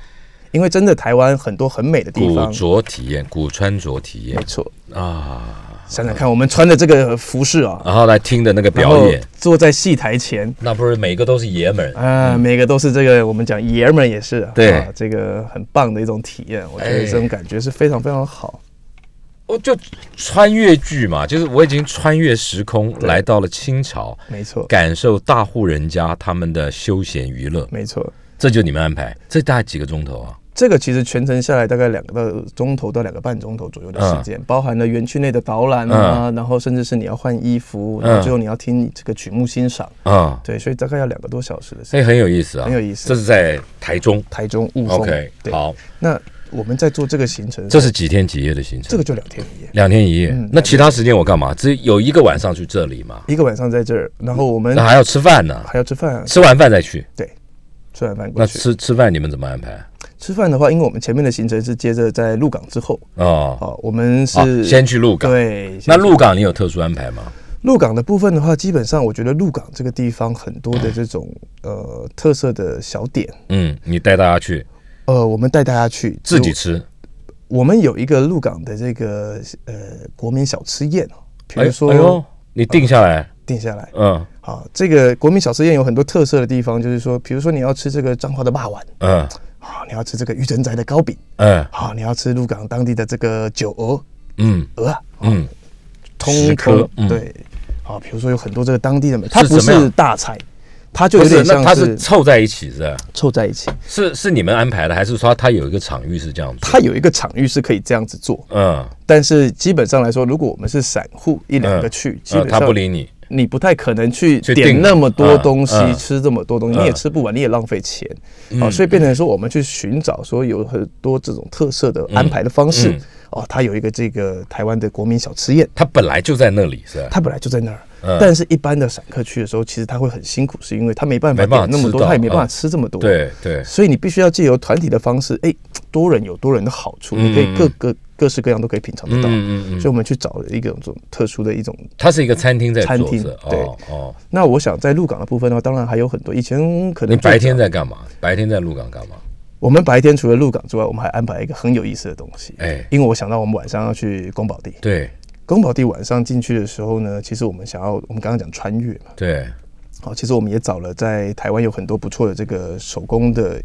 Speaker 3: 因为真的台湾很多很美的地
Speaker 2: 古
Speaker 3: 方，
Speaker 2: 着体验、古穿着体
Speaker 3: 没
Speaker 2: 验
Speaker 3: 错。
Speaker 2: 啊，
Speaker 3: 想想看，我们穿的这个服饰啊，
Speaker 2: 然后来听的那个
Speaker 3: 然
Speaker 2: 表
Speaker 3: 后
Speaker 2: 演，
Speaker 3: 坐在戏台前，
Speaker 2: 那不是每个都是爷们儿。
Speaker 3: 啊，每个都是这个我们讲爷们儿也是啊，
Speaker 2: 嗯对
Speaker 3: 啊这个很棒的一种体验，我觉
Speaker 2: 哎
Speaker 3: 得这种感觉是非常非常好。
Speaker 2: 我就穿越剧嘛，就是我已经穿越时空来到了清朝，
Speaker 3: 没错，
Speaker 2: 感受大户人家他们的休闲娱乐。
Speaker 3: 没错，
Speaker 2: 这就你们安排，这大概几个钟头啊？
Speaker 3: 这个其实全程下来大概两个到钟头到两个半钟头左右的时
Speaker 2: 嗯
Speaker 3: 间，包含了园区内的导览啊，然后甚至是你要换衣服，
Speaker 2: 嗯
Speaker 3: 然后最后你要听这个曲目欣赏，
Speaker 2: 啊、
Speaker 3: 对，所以大概要两个多小时的
Speaker 2: 所
Speaker 3: 时
Speaker 2: 以
Speaker 3: 间。
Speaker 2: 很有意思啊，
Speaker 3: 很有意思
Speaker 2: 这是在台中
Speaker 3: 台中雾峰
Speaker 2: ，OK，
Speaker 3: 对，
Speaker 2: 好，
Speaker 3: 那我们在做这个行程，
Speaker 2: 这是几天几夜的行程？
Speaker 3: 这个就两天一夜。
Speaker 2: 两天一夜。
Speaker 3: 嗯
Speaker 2: 那其他时间我干嘛？只有一个晚上去这里嘛，
Speaker 3: 一个晚上在这儿，然后我们
Speaker 2: 那还要吃饭呢，
Speaker 3: 还要吃饭啊，
Speaker 2: 吃完饭再去。
Speaker 3: 对，吃完饭过
Speaker 2: 那
Speaker 3: 去。
Speaker 2: 吃吃饭你们怎么安排？
Speaker 3: 吃饭的话，因为我们前面的行程是接着在鹿港之后，
Speaker 2: 哦，
Speaker 3: 啊，我们是、
Speaker 2: 啊先去鹿港。
Speaker 3: 对，
Speaker 2: 那
Speaker 3: 先去
Speaker 2: 鹿港你有特殊安排吗？
Speaker 3: 鹿港的部分的话，基本上我觉得鹿港这个地方很多的这种呃特色的小点，
Speaker 2: 嗯，你带大家去
Speaker 3: 呃，我们带大家去
Speaker 2: 自己。吃。
Speaker 3: 我们有一个鹿港的这个呃国民小吃宴，比
Speaker 2: 哎
Speaker 3: 如
Speaker 2: 呦
Speaker 3: 说、呃
Speaker 2: 哎呦，你定下来，
Speaker 3: 定下来，
Speaker 2: 嗯
Speaker 3: 好，这个国民小吃宴有很多特色的地方，就是说，比如说你要吃这个彰化的霸丸，
Speaker 2: 嗯
Speaker 3: 啊，你要吃这个玉珍宅的糕饼，
Speaker 2: 嗯
Speaker 3: 啊，你要吃鹿港当地的这个酒鹅
Speaker 2: 嗯
Speaker 3: 鹅啊，
Speaker 2: 嗯，
Speaker 3: 通
Speaker 2: 十
Speaker 3: 通
Speaker 2: 颗嗯
Speaker 3: 对，啊，比如说有很多这个当地的美，它
Speaker 2: 是
Speaker 3: 不
Speaker 2: 怎么样
Speaker 3: 是大菜，它就
Speaker 2: 不
Speaker 3: 有
Speaker 2: 是，
Speaker 3: 点
Speaker 2: 那
Speaker 3: 像
Speaker 2: 它是
Speaker 3: 是
Speaker 2: 凑在一起是吧？
Speaker 3: 凑在一起。
Speaker 2: 是是你们安排的，还是说它有一个场域是这样子？
Speaker 3: 它有一个场域是可以这样子做，
Speaker 2: 嗯，
Speaker 3: 但是基本上来说，如果我们是散户一两个
Speaker 2: 嗯
Speaker 3: 去，基
Speaker 2: 呃
Speaker 3: 本
Speaker 2: 它
Speaker 3: 上
Speaker 2: 不理你。
Speaker 3: 你不太可能去
Speaker 2: 去
Speaker 3: 点
Speaker 2: 订
Speaker 3: 那么多
Speaker 2: 嗯
Speaker 3: 东西，
Speaker 2: 嗯
Speaker 3: 吃这么多东西，
Speaker 2: 嗯
Speaker 3: 你也吃不完，你也浪费钱啊，所以变成说我们去寻找说有很多这种特色的安排的方式
Speaker 2: 嗯
Speaker 3: 哦，它有一个这个台湾的国民小吃宴。
Speaker 2: 它本来就在那里，是吧？
Speaker 3: 它本来就在那儿，
Speaker 2: 嗯
Speaker 3: 但是一般的散客去的时候，其实他会很辛苦，是因为他没办法
Speaker 2: 没办法
Speaker 3: 点那么多，
Speaker 2: 吃到
Speaker 3: 他也没办法
Speaker 2: 嗯
Speaker 3: 吃这么多。
Speaker 2: 对对，
Speaker 3: 所以你必须要借由团体的方式，哎、多人有多人的好处，
Speaker 2: 嗯
Speaker 3: 你可以各个各式各样都可以品尝得到。
Speaker 2: 嗯嗯嗯
Speaker 3: 所以我们去找了一个这种特殊的一种。
Speaker 2: 它是一个餐厅在
Speaker 3: 餐
Speaker 2: 做
Speaker 3: 厅
Speaker 2: 着。
Speaker 3: 对
Speaker 2: 哦哦，
Speaker 3: 那我想在鹿港的部分的话，当然还有很多。以前可能
Speaker 2: 你白天
Speaker 3: 在
Speaker 2: 在干嘛？白天在鹿港干嘛？
Speaker 3: 我们白天除了鹿港之外，我们还安排一个很有意思的东西。
Speaker 2: 哎
Speaker 3: 因为我想到我们晚上要去宫保地，
Speaker 2: 对
Speaker 3: 宫保地晚上进去的时候呢，其实我们想要，我们刚刚讲穿越嘛，
Speaker 2: 对，
Speaker 3: 好，其实我们也找了在台湾有很多不错的这个手工的，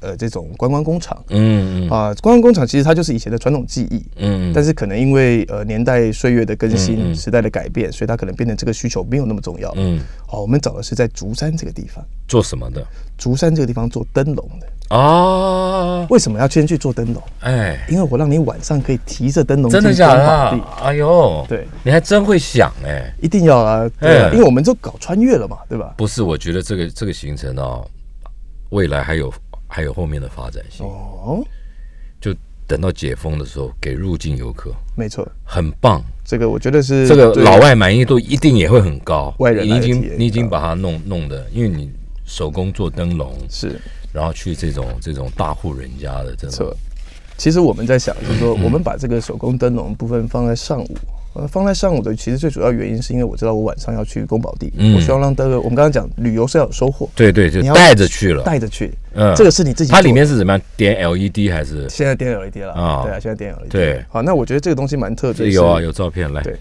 Speaker 3: 呃，这种观光工厂。
Speaker 2: 嗯嗯
Speaker 3: 啊，观光工厂其实它就是以前的传统技艺，
Speaker 2: 嗯，
Speaker 3: 但
Speaker 2: 是
Speaker 3: 是可能因为呃年代岁月的更新、
Speaker 2: 嗯嗯
Speaker 3: 时代的改变，所以它可能变成这个需求没有那么重要。
Speaker 2: 嗯，
Speaker 3: 哦，我们找的是在竹山这个地方，
Speaker 2: 做什么的
Speaker 3: 竹山这个地方做灯笼的。
Speaker 2: 啊？
Speaker 3: 为什么要先去做灯笼？
Speaker 2: 哎，
Speaker 3: 因为我让你晚上可以提着灯笼进
Speaker 2: 真的
Speaker 3: 宫
Speaker 2: 假的
Speaker 3: 保
Speaker 2: 啊
Speaker 3: 地，？
Speaker 2: 哎呦，
Speaker 3: 对，
Speaker 2: 你还真会想哎。
Speaker 3: 一定要啊，对啊
Speaker 2: 哎
Speaker 3: 因为我们都搞穿越了嘛，对吧？
Speaker 2: 不是，我觉得这个这个行程啊，未来还有还有后面的发展性，
Speaker 3: 哦，
Speaker 2: 就等到解封的时候给入境游客，
Speaker 3: 没错，
Speaker 2: 很棒。
Speaker 3: 这个我觉得是
Speaker 2: 这个
Speaker 3: 对
Speaker 2: 老外满意度一定也会很高。
Speaker 3: 外人
Speaker 2: 你
Speaker 3: 来
Speaker 2: 已
Speaker 3: 的体
Speaker 2: 经
Speaker 3: 验
Speaker 2: 你已经把它弄弄的，因为你手工做灯笼，
Speaker 3: 是
Speaker 2: 然后去这种这种大户人家的这种
Speaker 3: 错。其实我们在想，就是说，
Speaker 2: 嗯
Speaker 3: 我们把这个手工灯笼部分放在上午，呃，放在上午的其实最主要原因是因为我知道我晚上要去宫保地，
Speaker 2: 嗯
Speaker 3: 我希望让大家，我们刚刚讲旅游是要有收获，
Speaker 2: 对对，就
Speaker 3: 你要
Speaker 2: 带着去了。
Speaker 3: 带着去，
Speaker 2: 嗯
Speaker 3: 这个是你自己做
Speaker 2: 它
Speaker 3: 的。
Speaker 2: 里面是怎么样？点 LED 还是？
Speaker 3: 现在点 LED 了
Speaker 2: 啊
Speaker 3: 对啊，现在点 LED。
Speaker 2: 对
Speaker 3: 好，那我觉得这个东西蛮特别
Speaker 2: 这
Speaker 3: 的，
Speaker 2: 有啊，
Speaker 3: 是
Speaker 2: 有照片来。
Speaker 3: 对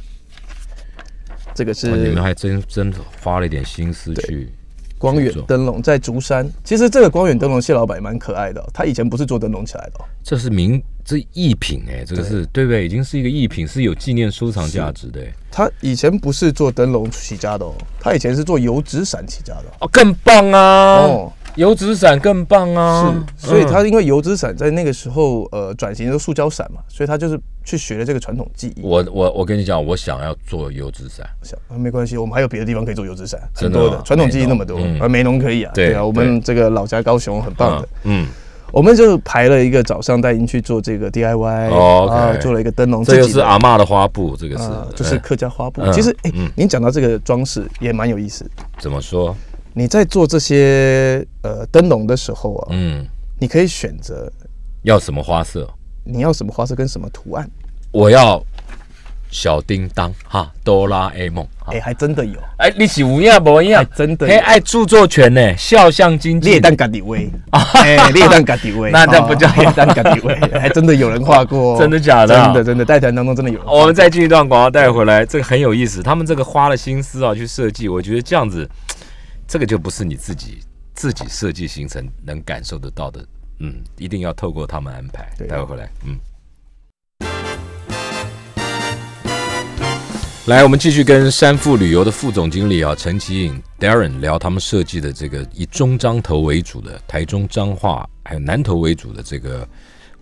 Speaker 3: 这个
Speaker 2: 哦哇你
Speaker 3: 是
Speaker 2: 们还真真花了一点心思去。
Speaker 3: 光远灯笼在竹山。其实这个光远灯笼谢老板也蛮可爱的哦、他以前不是做灯笼起来的哦、
Speaker 2: 这是名，这艺品哎、这个是对不对？已经是一个艺品，是有纪念收藏价值的、哎
Speaker 3: 他以前不是做灯笼起家的哦，他以前是做油纸伞起家的哦、
Speaker 2: 哦，更棒啊！
Speaker 3: 哦
Speaker 2: 油纸伞更棒啊！
Speaker 3: 是，所以
Speaker 2: 嗯
Speaker 3: 他因为油纸伞在那个时候呃转型成塑胶伞嘛，所以他就是去学了这个传统技艺。
Speaker 2: 我我我跟你讲，我想要做油纸伞，
Speaker 3: 想啊，没关系，我们还有别的地方可以做油纸伞，
Speaker 2: 真
Speaker 3: 很
Speaker 2: 的吗啊
Speaker 3: 多的传统技艺那么多
Speaker 2: 梅农嗯
Speaker 3: 啊，梅农可以啊，
Speaker 2: 对
Speaker 3: 啊，我
Speaker 2: 对
Speaker 3: 们这个老家高雄很棒的，
Speaker 2: 嗯，
Speaker 3: 我们就排了一个早上带您去做这个 DIY，
Speaker 2: 哦，OK
Speaker 3: 啊，做了一个灯笼，
Speaker 2: 嗯这又
Speaker 3: 自己
Speaker 2: 是
Speaker 3: 的
Speaker 2: 阿嬷的花布，这个是、
Speaker 3: 啊，就是
Speaker 2: 嗯
Speaker 3: 客家花布
Speaker 2: 嗯。
Speaker 3: 其实，哎
Speaker 2: 嗯，
Speaker 3: 您讲到这个装饰也蛮有意思的。
Speaker 2: 怎么说？
Speaker 3: 你在做这些呃灯笼的时候啊，
Speaker 2: 嗯，
Speaker 3: 你可以选择
Speaker 2: 要什么花色？
Speaker 3: 你要什么花色跟什么图案。
Speaker 2: 我要小叮当哈，哆啦 A 梦。哈
Speaker 3: 哎，还真的有，
Speaker 2: 哎、你是无样不一样
Speaker 3: 还，真的
Speaker 2: 嘿，爱著作权呢、肖像经济
Speaker 3: 列蛋咖喱味哎，列蛋咖喱味，
Speaker 2: 啊 那这不叫
Speaker 3: 啊列蛋咖喱味，还真的有人画过哦，
Speaker 2: 真的假的啊哦
Speaker 3: 真的真的，带团当中真的有人画过。
Speaker 2: 我们再进一段广告带回来，这个很有意思。他们这个花了心思啊去设计，我觉得这样子，这个就不是你自己自己设计行程能感受得到的。嗯，一定要透过他们安排。
Speaker 3: 对
Speaker 2: 待会回来，嗯。来，我们继续跟山富旅游的副总经理啊陈奇颖 Darren 聊他们设计的这个以中彰投为主的台中彰化还有南投为主的这个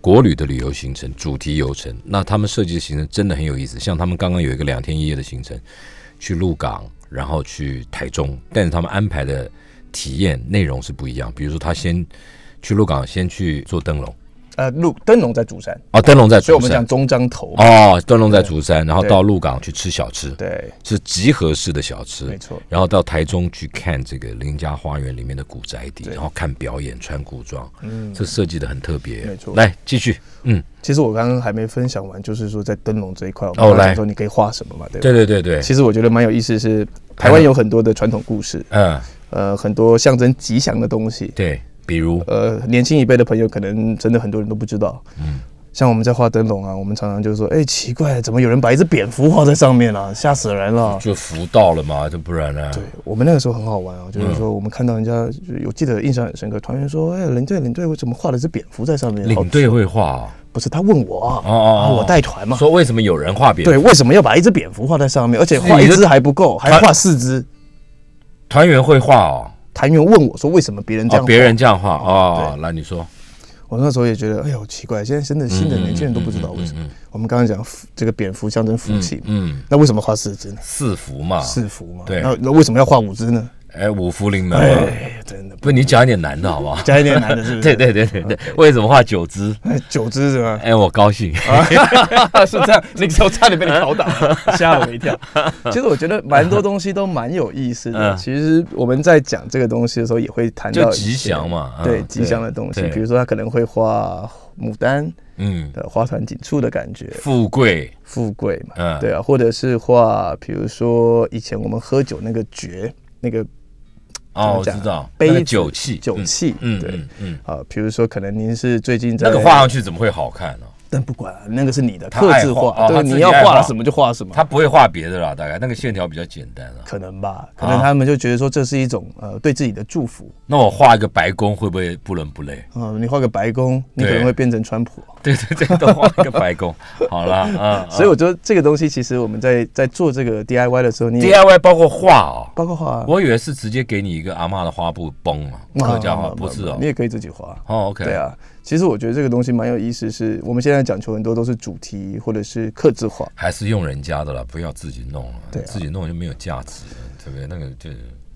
Speaker 2: 国旅的旅游行程主题游程。那他们设计的行程真的很有意思，像他们刚刚有一个两天一夜的行程，去鹿港，然后去台中，但是他们安排的体验内容是不一样。比如说，他先去鹿港，先去做灯笼
Speaker 3: 呃，鹿灯笼在竹山，
Speaker 2: 啊，灯笼在
Speaker 3: 所
Speaker 2: 竹
Speaker 3: 以我们
Speaker 2: 山
Speaker 3: 讲中彰头。
Speaker 2: 哦，灯笼在竹山，然后
Speaker 3: 对
Speaker 2: 到鹿港去吃小吃，
Speaker 3: 对，
Speaker 2: 是集合式的小吃，
Speaker 3: 没错
Speaker 2: 然后到台中去看这个林家花园里面的古宅邸，
Speaker 3: 对
Speaker 2: 然后看表演，穿古装，嗯，这设计的很特别。
Speaker 3: 没错
Speaker 2: 来继续，嗯，
Speaker 3: 其实我刚刚还没分享完，就是说在灯笼这一块，我
Speaker 2: 哦
Speaker 3: 们刚才
Speaker 2: 来
Speaker 3: 讲说你可以画什么嘛，对不
Speaker 2: 对对对对，
Speaker 3: 其实我觉得蛮有意思的是，台湾有很多的传统故事，
Speaker 2: 嗯，
Speaker 3: 呃，很多象征吉祥的东西，
Speaker 2: 对，比如
Speaker 3: 呃，年轻一辈的朋友可能真的很多人都不知道。嗯，像我们在画灯笼啊，我们常常就说，哎、奇怪，怎么有人把一只蝙蝠画在上面啊？吓死 人了！
Speaker 2: 就福到了嘛，就不然啊呢？
Speaker 3: 对我们那个时候很好玩哦，就是说我们看到人家，就有记得印象很深刻，团员说，哎、领队领队，我怎么画了只蝙蝠在上面？
Speaker 2: 领队会画
Speaker 3: 哦不是他问我啊，
Speaker 2: 哦哦哦
Speaker 3: 啊我带团
Speaker 2: 哦，
Speaker 3: 嘛。
Speaker 2: 说为什么有人画别
Speaker 3: 对，为什么要把一只蝙蝠画在上面？而且画
Speaker 2: 你
Speaker 3: 一
Speaker 2: 的
Speaker 3: 只还不够，还
Speaker 2: 团
Speaker 3: 画四只。
Speaker 2: 团员会画哦，
Speaker 3: 团员问我说：“为什么别人这
Speaker 2: 哦
Speaker 3: 样？”
Speaker 2: 别人这样画哦，来你说，
Speaker 3: 我那时候也觉得，哎呦，奇怪，现在真的新的年轻人都不知道为什么。我们刚刚讲福这个蝙蝠象征福气，
Speaker 2: 嗯，
Speaker 3: 那为什么画四只呢？
Speaker 2: 四福嘛，
Speaker 3: 四福嘛。
Speaker 2: 对
Speaker 3: 那那为什么要画五只 呢？
Speaker 2: 哎，五福临门嘛，
Speaker 3: 哎，真的不
Speaker 2: 不，你讲一点难的好不好？
Speaker 3: 加一点难的， 是不是？
Speaker 2: 对，对对对对，为什么画九只？
Speaker 3: 哎，九只是吧？
Speaker 2: 哎，我高兴，
Speaker 3: 啊是这样，那个时候差点被你拷打， 吓我一 跳。其实我觉得蛮多东西都蛮有意思的。
Speaker 2: 嗯
Speaker 3: 其实我们在讲这个东西的时候，也会谈到
Speaker 2: 就
Speaker 3: 一些
Speaker 2: 吉祥嘛嗯
Speaker 3: 对
Speaker 2: 对
Speaker 3: 吉祥的东西
Speaker 2: 对，
Speaker 3: 比如说他可能会画牡丹
Speaker 2: 嗯，
Speaker 3: 的花团锦簇的感觉，
Speaker 2: 富贵，
Speaker 3: 富贵嘛，
Speaker 2: 嗯
Speaker 3: 对啊，或者是画，比如说以前我们喝酒那个爵，那个
Speaker 2: 哦，我
Speaker 3: 怎
Speaker 2: 知
Speaker 3: 么讲
Speaker 2: 道，
Speaker 3: 杯
Speaker 2: 那
Speaker 3: 子
Speaker 2: 个酒气，
Speaker 3: 酒气，
Speaker 2: 嗯，嗯，
Speaker 3: 对
Speaker 2: 嗯，嗯，
Speaker 3: 啊，比如说可能您是最近在
Speaker 2: 那个画上，去怎么会好看呢？
Speaker 3: 但不管啊那个是你的
Speaker 2: 他
Speaker 3: 特
Speaker 2: 爱
Speaker 3: 制
Speaker 2: 画哦
Speaker 3: 化，
Speaker 2: 他
Speaker 3: 对，
Speaker 2: 自己
Speaker 3: 你要
Speaker 2: 爱画
Speaker 3: 画什么就画什么，
Speaker 2: 他不会画别的啦，大概那个线条比较简单啊。
Speaker 3: 可能吧，可能他们就觉得说这是一种呃对自己的祝福，
Speaker 2: 那我画一个白宫会不会不伦不类？
Speaker 3: 啊，你画个白宫，你可
Speaker 2: 对啊
Speaker 3: 能会变成川普，
Speaker 2: 对对对，都画一个白宫，好啦，啊，
Speaker 3: 所以我觉得这个东西其实我们在在做这个 DIY 的时候，你也
Speaker 2: DIY 包括画哦，
Speaker 3: 包括画
Speaker 2: 我以为是直接给你一个阿嬷的花布崩了，客家话
Speaker 3: 啊
Speaker 2: 不是哦
Speaker 3: 你，也可以自己画，
Speaker 2: 哦，OK，
Speaker 3: 对，啊，其实我觉得这个东西蛮有意思是，我们现在讲求很多都是主题或者是刻字化，
Speaker 2: 还是用人家的啦，不要自己弄了
Speaker 3: 对，啊
Speaker 2: 自己弄就没有价值了，对不对？那个就。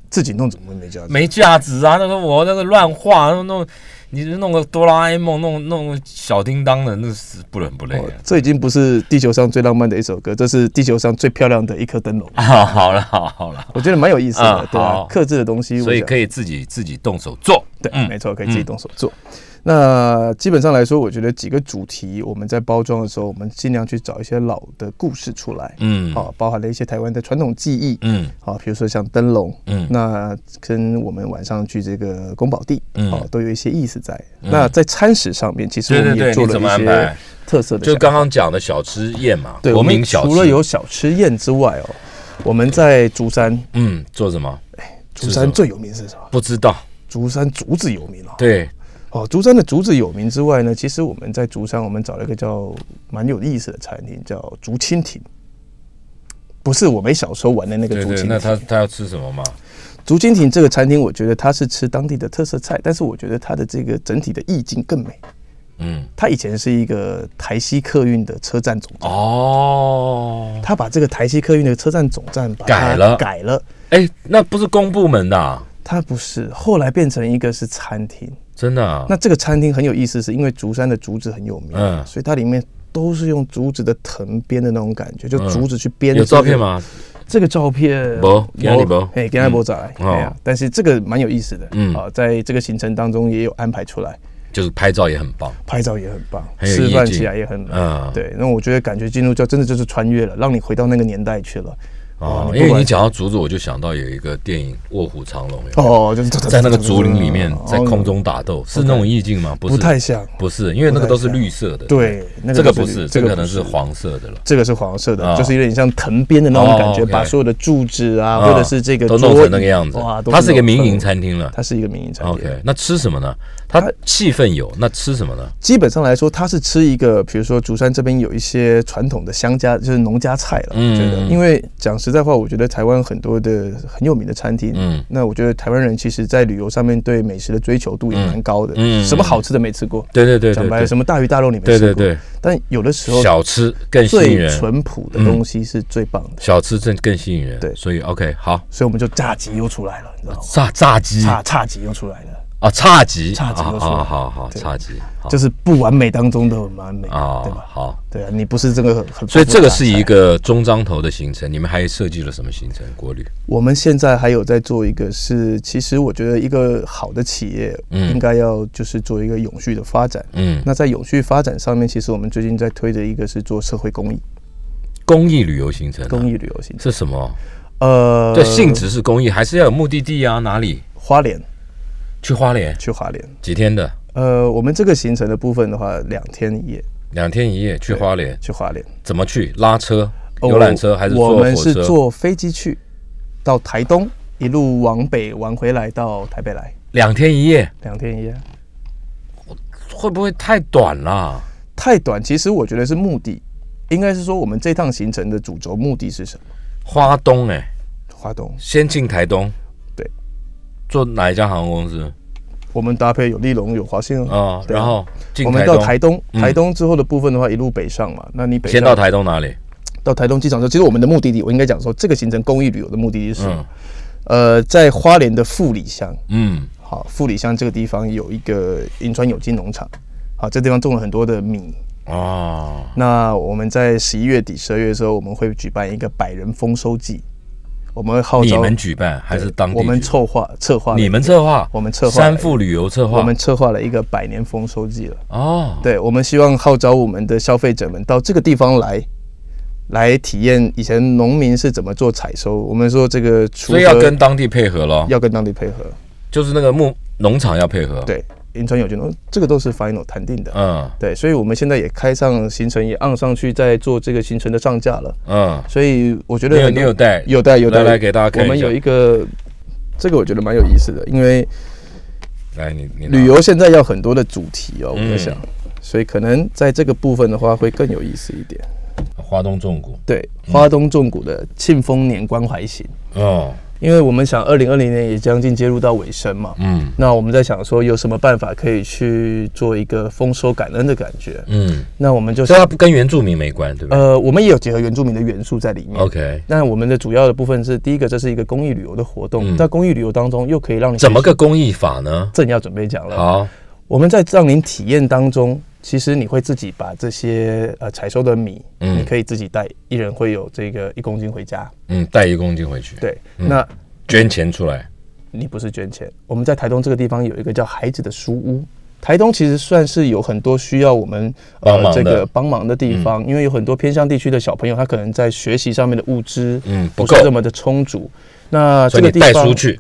Speaker 3: 自己弄怎么会没价值？
Speaker 2: 没价值啊！那个我那个乱画，弄弄，你弄个哆啦 A 梦，弄弄个小叮当的，那是不伦不类
Speaker 3: 哦这已经不是地球上最浪漫的一首歌，这是地球上最漂亮的一颗 灯笼，
Speaker 2: 啊！好了，好好 了，
Speaker 3: 我觉得蛮有意思的
Speaker 2: 啊，
Speaker 3: 对
Speaker 2: 好
Speaker 3: 吧？刻字的东西，
Speaker 2: 所以可
Speaker 3: 以
Speaker 2: 以自己自己动手做。
Speaker 3: 对，
Speaker 2: 嗯
Speaker 3: 没错，可以自己动手做。那基本上来说，我觉得几个主题我们在包装的时候，我们尽量去找一些老的故事出来，
Speaker 2: 嗯，
Speaker 3: 啊，包含了一些台湾的传统技艺，
Speaker 2: 嗯
Speaker 3: 啊，比如说像灯笼，
Speaker 2: 嗯
Speaker 3: 那跟我们晚上去这个宫保地，
Speaker 2: 嗯
Speaker 3: 哦，都有一些意思在。那在餐食上面，其实
Speaker 2: 对
Speaker 3: 我
Speaker 2: 对
Speaker 3: 们
Speaker 2: 对
Speaker 3: 也做
Speaker 2: 你
Speaker 3: 了
Speaker 2: 怎么
Speaker 3: 一
Speaker 2: 安
Speaker 3: 些
Speaker 2: 排
Speaker 3: 特色的小，
Speaker 2: 就刚刚讲的小吃宴嘛，
Speaker 3: 对，
Speaker 2: 国
Speaker 3: 我们
Speaker 2: 民小吃。
Speaker 3: 除了有小吃宴之外哦，我们在竹山，
Speaker 2: 嗯，做什么？
Speaker 3: 竹
Speaker 2: 什么
Speaker 3: 山最有名是什么？
Speaker 2: 不知道。
Speaker 3: 竹山竹子有名哦。
Speaker 2: 对，
Speaker 3: 哦，竹山的竹子有名之外呢，其实我们在竹山，我们找了一个叫蛮有意思的餐厅，叫竹蜻蜓。不是我们小时候玩的那个
Speaker 2: 对
Speaker 3: 竹蜻
Speaker 2: 对，
Speaker 3: 蜓，
Speaker 2: 那他他要吃什么嘛？
Speaker 3: 竹蜻蜓这个餐厅，我觉得它是吃当地的特色菜，但是我觉得它的这个整体的意境更美。
Speaker 2: 嗯，
Speaker 3: 它以前是一个台西客运的车站总站，
Speaker 2: 哦，
Speaker 3: 它把这个台西客运的车站总站把它
Speaker 2: 改了
Speaker 3: 改了。
Speaker 2: 哎，那不是公部门的啊，
Speaker 3: 它不是，后来变成一个是餐厅。
Speaker 2: 真的啊。
Speaker 3: 那这个餐厅很有意思，是因为竹山的竹子很有名，
Speaker 2: 嗯
Speaker 3: 所以它里面都是用竹子的藤编的那种感觉，就
Speaker 2: 嗯
Speaker 3: 竹子去编、
Speaker 2: 有照片？吗？
Speaker 3: 这个照片
Speaker 2: 没今天没
Speaker 3: 哎，给他博仔，哎呀
Speaker 2: 哦，
Speaker 3: 但是这个蛮有意思的，
Speaker 2: 嗯
Speaker 3: 啊，在这个行程当中也有安排出来。
Speaker 2: 就是拍照也很棒。
Speaker 3: 拍照也很棒，
Speaker 2: 很有意
Speaker 3: 示范
Speaker 2: 境
Speaker 3: 起来也很美
Speaker 2: 嗯
Speaker 3: 对，那我觉得感觉进入教真的就是穿越了，让你回到那个年代去了。
Speaker 2: 啊
Speaker 3: 哦，你
Speaker 2: 因
Speaker 3: 不
Speaker 2: 为
Speaker 3: 管
Speaker 2: 你讲到竹子，我就想到有一个电影《卧虎藏龙》有没有
Speaker 3: 哦，就是
Speaker 2: 在那个竹林里面
Speaker 3: 哦
Speaker 2: 在空中打斗，是那种意境吗？不是，
Speaker 3: 不太像
Speaker 2: 不是，因为那个都是绿色的。
Speaker 3: 对那个
Speaker 2: 这个
Speaker 3: 都
Speaker 2: 不
Speaker 3: 是
Speaker 2: 是，
Speaker 3: 绿
Speaker 2: 这
Speaker 3: 这
Speaker 2: 个
Speaker 3: 个
Speaker 2: 可能
Speaker 3: 不
Speaker 2: 是
Speaker 3: 是
Speaker 2: 黄色的了。
Speaker 3: 这个是黄色的，
Speaker 2: 啊
Speaker 3: 就是有点像藤编的那种感觉，
Speaker 2: 哦，OK
Speaker 3: 把所有的柱子啊，
Speaker 2: 啊
Speaker 3: 或者是这个
Speaker 2: 都弄
Speaker 3: 桌
Speaker 2: 成
Speaker 3: 椅
Speaker 2: 那个样子
Speaker 3: 哇，，都
Speaker 2: 它是一个民
Speaker 3: 那种
Speaker 2: 营餐厅了。
Speaker 3: 它是一个民营餐厅。
Speaker 2: OK，那吃什么呢？它气氛有，那吃什么呢？
Speaker 3: 基本上来说，它是吃一个，比如说竹山这边有一些传统的乡家，就是农家菜了。
Speaker 2: 嗯
Speaker 3: 我觉得，因为讲实在话，我觉得台湾很多的很有名的餐厅，
Speaker 2: 嗯
Speaker 3: 那我觉得台湾人其实在旅游上面对美食的追求度也蛮高的，
Speaker 2: 嗯嗯
Speaker 3: 什么好吃的没吃过，
Speaker 2: 对对对
Speaker 3: 讲
Speaker 2: 对
Speaker 3: 白了，
Speaker 2: 对
Speaker 3: 什么大鱼大肉你没吃
Speaker 2: 对
Speaker 3: 过，
Speaker 2: 对对，
Speaker 3: 但有的时候
Speaker 2: 小吃更吸引
Speaker 3: 最
Speaker 2: 人，嗯
Speaker 3: 淳朴的东西是最棒的，
Speaker 2: 小吃更更吸引人。
Speaker 3: 对
Speaker 2: 所以 OK 好，
Speaker 3: 所以我们就炸鸡又出来了，你知道吗？
Speaker 2: 炸炸鸡
Speaker 3: 炸炸鸡又出来了，
Speaker 2: 啊，差级，
Speaker 3: 差级
Speaker 2: 啊
Speaker 3: 又出来
Speaker 2: 啊，好好，
Speaker 3: 对
Speaker 2: 差级，好
Speaker 3: 就是不完美当中的完美，
Speaker 2: 啊
Speaker 3: 对，吧？
Speaker 2: 好。
Speaker 3: 对啊，你不是这个很，很
Speaker 2: 所以这个是
Speaker 3: 丰富的大菜
Speaker 2: 一个中章头的行程，你们还设计了什么行程？国旅
Speaker 3: 我们现在还有在做一个是，其实我觉得一个好的企业
Speaker 2: 嗯
Speaker 3: 应该要就是做一个永续的发展。
Speaker 2: 嗯
Speaker 3: 那在永续发展上面，其实我们最近在推的一个是做社会
Speaker 2: 嗯
Speaker 3: 公益、
Speaker 2: 公益旅游行程啊、
Speaker 3: 公益旅游型。
Speaker 2: 是什么？
Speaker 3: 呃，
Speaker 2: 这性质是公益，还是要有目的地啊？哪里？
Speaker 3: 花莲
Speaker 2: 去花莲
Speaker 3: 去花莲。
Speaker 2: 几天的？
Speaker 3: 呃，我们这个行程的部分的话，两天一夜
Speaker 2: 两天一夜去花莲，
Speaker 3: 去花莲，
Speaker 2: 怎么去？拉车、
Speaker 3: 哦
Speaker 2: 游览车还是
Speaker 3: 我
Speaker 2: 坐火
Speaker 3: 们是
Speaker 2: 车？
Speaker 3: 坐飞机去，到台东一路往北玩回来到台北来，
Speaker 2: 两天一夜
Speaker 3: 两天一夜。
Speaker 2: 会不会太短啦？
Speaker 3: 太短，其实我觉得是目的，应该是说我们这趟行程的主轴目的是什么？
Speaker 2: 花东哎、
Speaker 3: 花东，
Speaker 2: 先进台东，
Speaker 3: 对，
Speaker 2: 坐哪一家航空公司
Speaker 3: 我们搭配有利龙有华信
Speaker 2: 啊、
Speaker 3: 哦，对啊
Speaker 2: 然后进
Speaker 3: 我们
Speaker 2: 台
Speaker 3: 到
Speaker 2: 东，
Speaker 3: 台东，
Speaker 2: 嗯
Speaker 3: 台东之后的部分的话，一路北上嘛。那你北
Speaker 2: 先
Speaker 3: 上
Speaker 2: 到台东哪里？
Speaker 3: 到台东机场之后，其实我们的目的地，我应该讲说，这个行程公益旅游的目的地是什
Speaker 2: 嗯
Speaker 3: 么？呃，在花莲的富里乡，
Speaker 2: 嗯
Speaker 3: 好，富里乡这个地方有一个银川有机农场，好，这地方种了很多的米。
Speaker 2: 哦，
Speaker 3: 那我们在十一月底、十二月的时候，我们会举办一个百人丰收季，我们会号
Speaker 2: 哦你
Speaker 3: 召
Speaker 2: 们举办还是当地举
Speaker 3: 我
Speaker 2: 办？
Speaker 3: 们策划策划了
Speaker 2: 你们策划，
Speaker 3: 我们策划
Speaker 2: 三富旅游策划，
Speaker 3: 我们策划了一个百年丰收季了。
Speaker 2: 哦，
Speaker 3: 对，我们希望号召我们的消费者们到这个地方来，来体验以前农民是怎么做采收。我们说这个除
Speaker 2: 所
Speaker 3: 了
Speaker 2: 以要跟当地配合咯，
Speaker 3: 要跟当地配合，
Speaker 2: 就是那个牧农场要配合，，
Speaker 3: 对，银川有机农这个都是 final 谈定的。
Speaker 2: 嗯
Speaker 3: 对，所以我们现在也开上行程，也按上去在做这个行程的上架了。
Speaker 2: 嗯，
Speaker 3: 所以我觉得
Speaker 2: 你有
Speaker 3: 很多
Speaker 2: 你有带
Speaker 3: 有带有带，
Speaker 2: 来来给大家看一下
Speaker 3: 我们有一个，这个我觉得蛮有意思的，因为
Speaker 2: 来你你拿
Speaker 3: 旅游现在要很多的主题哦，
Speaker 2: 嗯
Speaker 3: 我在想，所以可能在这个部分的话会更有意思一点。
Speaker 2: 华东重谷，
Speaker 3: 对，花东纵谷的庆丰年关怀行，
Speaker 2: 哦，
Speaker 3: 因为我们想二零二零年也将近接入到尾声嘛，
Speaker 2: 嗯
Speaker 3: 那我们在想说有什么办法可以去做一个丰收感恩的感觉，
Speaker 2: 嗯，
Speaker 3: 那我们就
Speaker 2: 所以它
Speaker 3: 是
Speaker 2: 不跟原住民没关，对不对
Speaker 3: 呃，我们也有结合原住民的元素在里面。
Speaker 2: ？OK，
Speaker 3: 那我们的主要的部分是第一个，这是一个公益旅游的活
Speaker 2: 嗯
Speaker 3: 动。在、公益旅游当中，又可以让你
Speaker 2: 怎么个公益法呢？
Speaker 3: 正要准备讲了。
Speaker 2: 好，
Speaker 3: 我们在让您体验当中，其实你会自己把这些呃采收的米，
Speaker 2: 嗯
Speaker 3: 你可以自己带，一人会有这个一公斤回家。
Speaker 2: 嗯，带一公斤回去，，
Speaker 3: 对，那
Speaker 2: 捐钱出来，
Speaker 3: 你不是捐钱。我们在台东这个地方有一个叫孩子的书屋。台东其实算是有很多需要我们呃
Speaker 2: 帮忙的嗯
Speaker 3: 这个帮忙的地方，因为有很多偏乡地区的小朋友，他可能在学习上面的物资，
Speaker 2: 嗯不
Speaker 3: 不
Speaker 2: 够
Speaker 3: 是这么的充足。那
Speaker 2: 所
Speaker 3: 这
Speaker 2: 以
Speaker 3: 个
Speaker 2: 你
Speaker 3: 地
Speaker 2: 带
Speaker 3: 方
Speaker 2: 书去，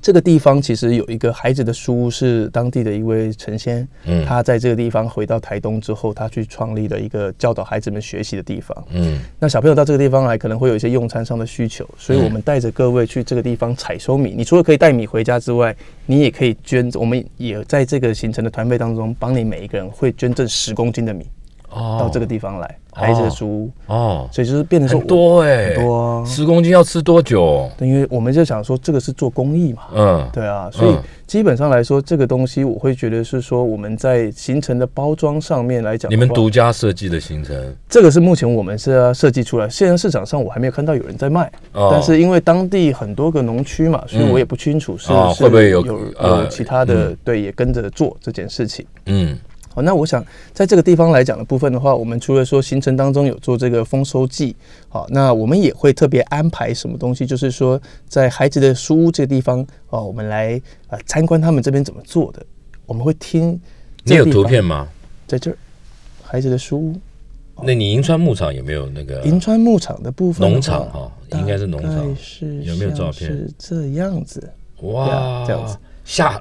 Speaker 3: 这个地方其实有一个孩子的书屋，是当地的一位神仙，
Speaker 2: 嗯
Speaker 3: 他在这个地方回到台东之后，他去创立了一个教导孩子们学习的地方。
Speaker 2: 嗯
Speaker 3: 那小朋友到这个地方来，可能会有一些用餐上的需求，所以
Speaker 2: 嗯
Speaker 3: 我们带着各位去这个地方采收米。你除了可以带米回家之外，你也可以捐，我们也在这个行程的团费当中，帮你每一个人会捐赠十公斤的米
Speaker 2: 哦，
Speaker 3: 到这个地方来，孩子的书屋。
Speaker 2: 哦，
Speaker 3: 所以就是变成说
Speaker 2: 很多哎，
Speaker 3: 很多啊
Speaker 2: 十公斤要吃多久？
Speaker 3: 我，因为我们就想说这个是做公益嘛，
Speaker 2: 嗯，
Speaker 3: 对啊，所以
Speaker 2: 嗯
Speaker 3: 基本上来说，这个东西我会觉得是说我们在行程的包装上面来讲的话，
Speaker 2: 你们独家设计的行程，
Speaker 3: 这个是目前我们是要设计出来，现在市场上我还没有看到有人在卖，
Speaker 2: 哦嗯
Speaker 3: 但是因为当地很多个农区嘛，所以我也不清楚是、
Speaker 2: 哦
Speaker 3: 是
Speaker 2: 会不会有
Speaker 3: 有
Speaker 2: 呃
Speaker 3: 有其他的、
Speaker 2: 嗯
Speaker 3: 对也跟着做这件事情。
Speaker 2: 嗯
Speaker 3: 好，那我想在这个地方来讲的部分的话，我们除了说行程当中有做这个丰收季，好，那我们也会特别安排什么东西，就是说在孩子的书屋这个地方哦，我们来呃参观他们这边怎么做的，我们会听。
Speaker 2: 你有图片？吗？
Speaker 3: 在这儿，孩子的书屋，
Speaker 2: 那你银川牧场有没有那个
Speaker 3: 银川牧场的部分的话，
Speaker 2: 农场哈？应该是农
Speaker 3: 大
Speaker 2: 场
Speaker 3: 概，是
Speaker 2: 有没有照片
Speaker 3: 像是这样子，
Speaker 2: 哇，
Speaker 3: 这样子
Speaker 2: 下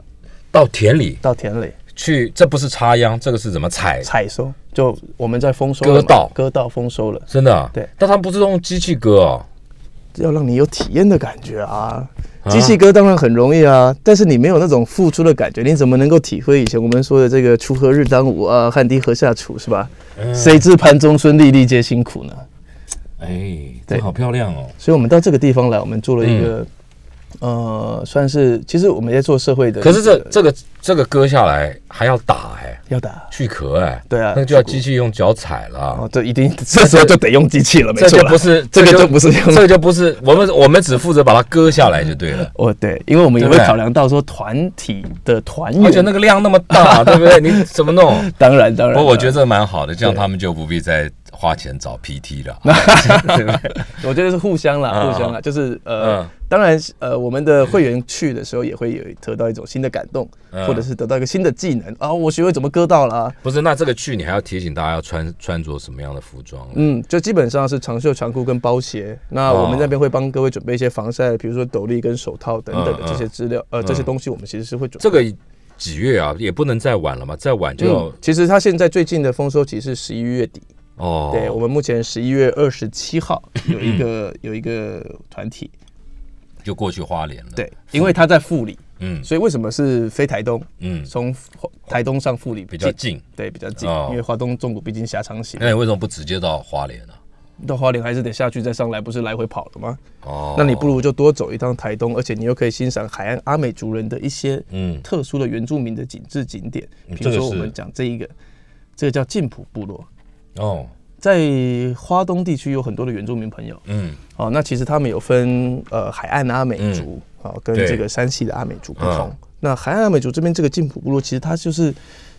Speaker 2: 到田里
Speaker 3: 到田里
Speaker 2: 去，这不是插秧，这个是怎么采？
Speaker 3: 采收，就我们在丰收
Speaker 2: 割
Speaker 3: 了嘛
Speaker 2: 稻
Speaker 3: 割稻丰收了，
Speaker 2: 真的、啊？
Speaker 3: 对
Speaker 2: 但他们不是用机器割哦。
Speaker 3: 要让你有体验的感觉啊。机器割当然很容易啊，但是你没有那种付出的感觉，你怎么能够体会以前我们说的这个“锄禾日当午啊，汗滴禾下土”是吧？
Speaker 2: 嗯
Speaker 3: 谁知盘中餐，粒粒皆辛苦呢？
Speaker 2: 哎，
Speaker 3: 对
Speaker 2: 这好漂亮哦。
Speaker 3: 所以我们到这个地方来，我们做了一个，呃，算是其实我们在做社会的一个，
Speaker 2: 嗯可是这这个这个割下来还要打哎，
Speaker 3: 要打
Speaker 2: 去壳哎。
Speaker 3: 对啊
Speaker 2: 那就要机器用脚踩了
Speaker 3: 哦。，这一定这时候就得用机器了，没
Speaker 2: 这
Speaker 3: 错
Speaker 2: 就
Speaker 3: 啦，
Speaker 2: 不是
Speaker 3: 这个就不是用
Speaker 2: 这个就不是我们我们只负责把它割下来就对 了。
Speaker 3: 哦，对，因为我们也
Speaker 2: 对
Speaker 3: 会
Speaker 2: 不对哦
Speaker 3: 考量到说团体的团
Speaker 2: 而且那
Speaker 3: 员，
Speaker 2: 个量那么大，对不对？你怎么弄？
Speaker 3: 当然当
Speaker 2: 不
Speaker 3: 然，
Speaker 2: 过我觉得
Speaker 3: 得
Speaker 2: 这蛮好的，这样
Speaker 3: 对
Speaker 2: 他们就不必再花钱找 PT 了。
Speaker 3: 我觉得是互相啦，
Speaker 2: 嗯
Speaker 3: 互相啦，就是
Speaker 2: 嗯
Speaker 3: 呃，当然呃，我们的会员去的时候也会有得到一种新的感动，
Speaker 2: 嗯
Speaker 3: 或者是得到一个新的技能啊，我学会怎么割到了啊，
Speaker 2: 不是，那这个去你还要提醒大家要穿穿着什么样的服装？啊
Speaker 3: 嗯，就基本上是长袖长裤跟包鞋。那
Speaker 2: 哦
Speaker 3: 我们那边会帮各位准备一些防晒，比如说斗笠跟手套等等
Speaker 2: 嗯
Speaker 3: 的
Speaker 2: 嗯
Speaker 3: 这些资料，呃，
Speaker 2: 嗯
Speaker 3: 这些东西我们其实是会准备。
Speaker 2: 这个几月啊，也不能再晚了嘛，再晚就要
Speaker 3: 嗯，其实它现在最近的丰收期是十一月底，
Speaker 2: 哦。嗯
Speaker 3: 对我们目前十一月二十七号有一个有一个团体，
Speaker 2: 就过去花莲了。
Speaker 3: 对，因为它在富里，
Speaker 2: 嗯
Speaker 3: 所以为什么是飞台东？
Speaker 2: 嗯，
Speaker 3: 从华台东上富里
Speaker 2: 比较，近。
Speaker 3: 对，比较近
Speaker 2: 哦，嗯
Speaker 3: 因为华东纵谷毕竟狭长型，
Speaker 2: 那你为什么不直接到花莲呢、
Speaker 3: 到花莲还是得下去再上来，不是来回跑了吗？
Speaker 2: 哦，
Speaker 3: 那你不如就多走一趟台东，而且你又可以欣赏海岸阿美族人的一些
Speaker 2: 嗯
Speaker 3: 特殊的原住民的景致景点，
Speaker 2: 嗯
Speaker 3: 比
Speaker 2: 这
Speaker 3: 如
Speaker 2: 个
Speaker 3: 说我
Speaker 2: 是
Speaker 3: 们讲这一个，这个叫晋普部落，
Speaker 2: 哦
Speaker 3: 在花东地区有很多的原住民朋友
Speaker 2: 嗯
Speaker 3: 哦，那其实他们有分呃海岸的阿美族哦，跟
Speaker 2: 对
Speaker 3: 这个山西的阿美族不同
Speaker 2: 嗯。
Speaker 3: 那海岸阿美族这边这个晋普部落，其实它就是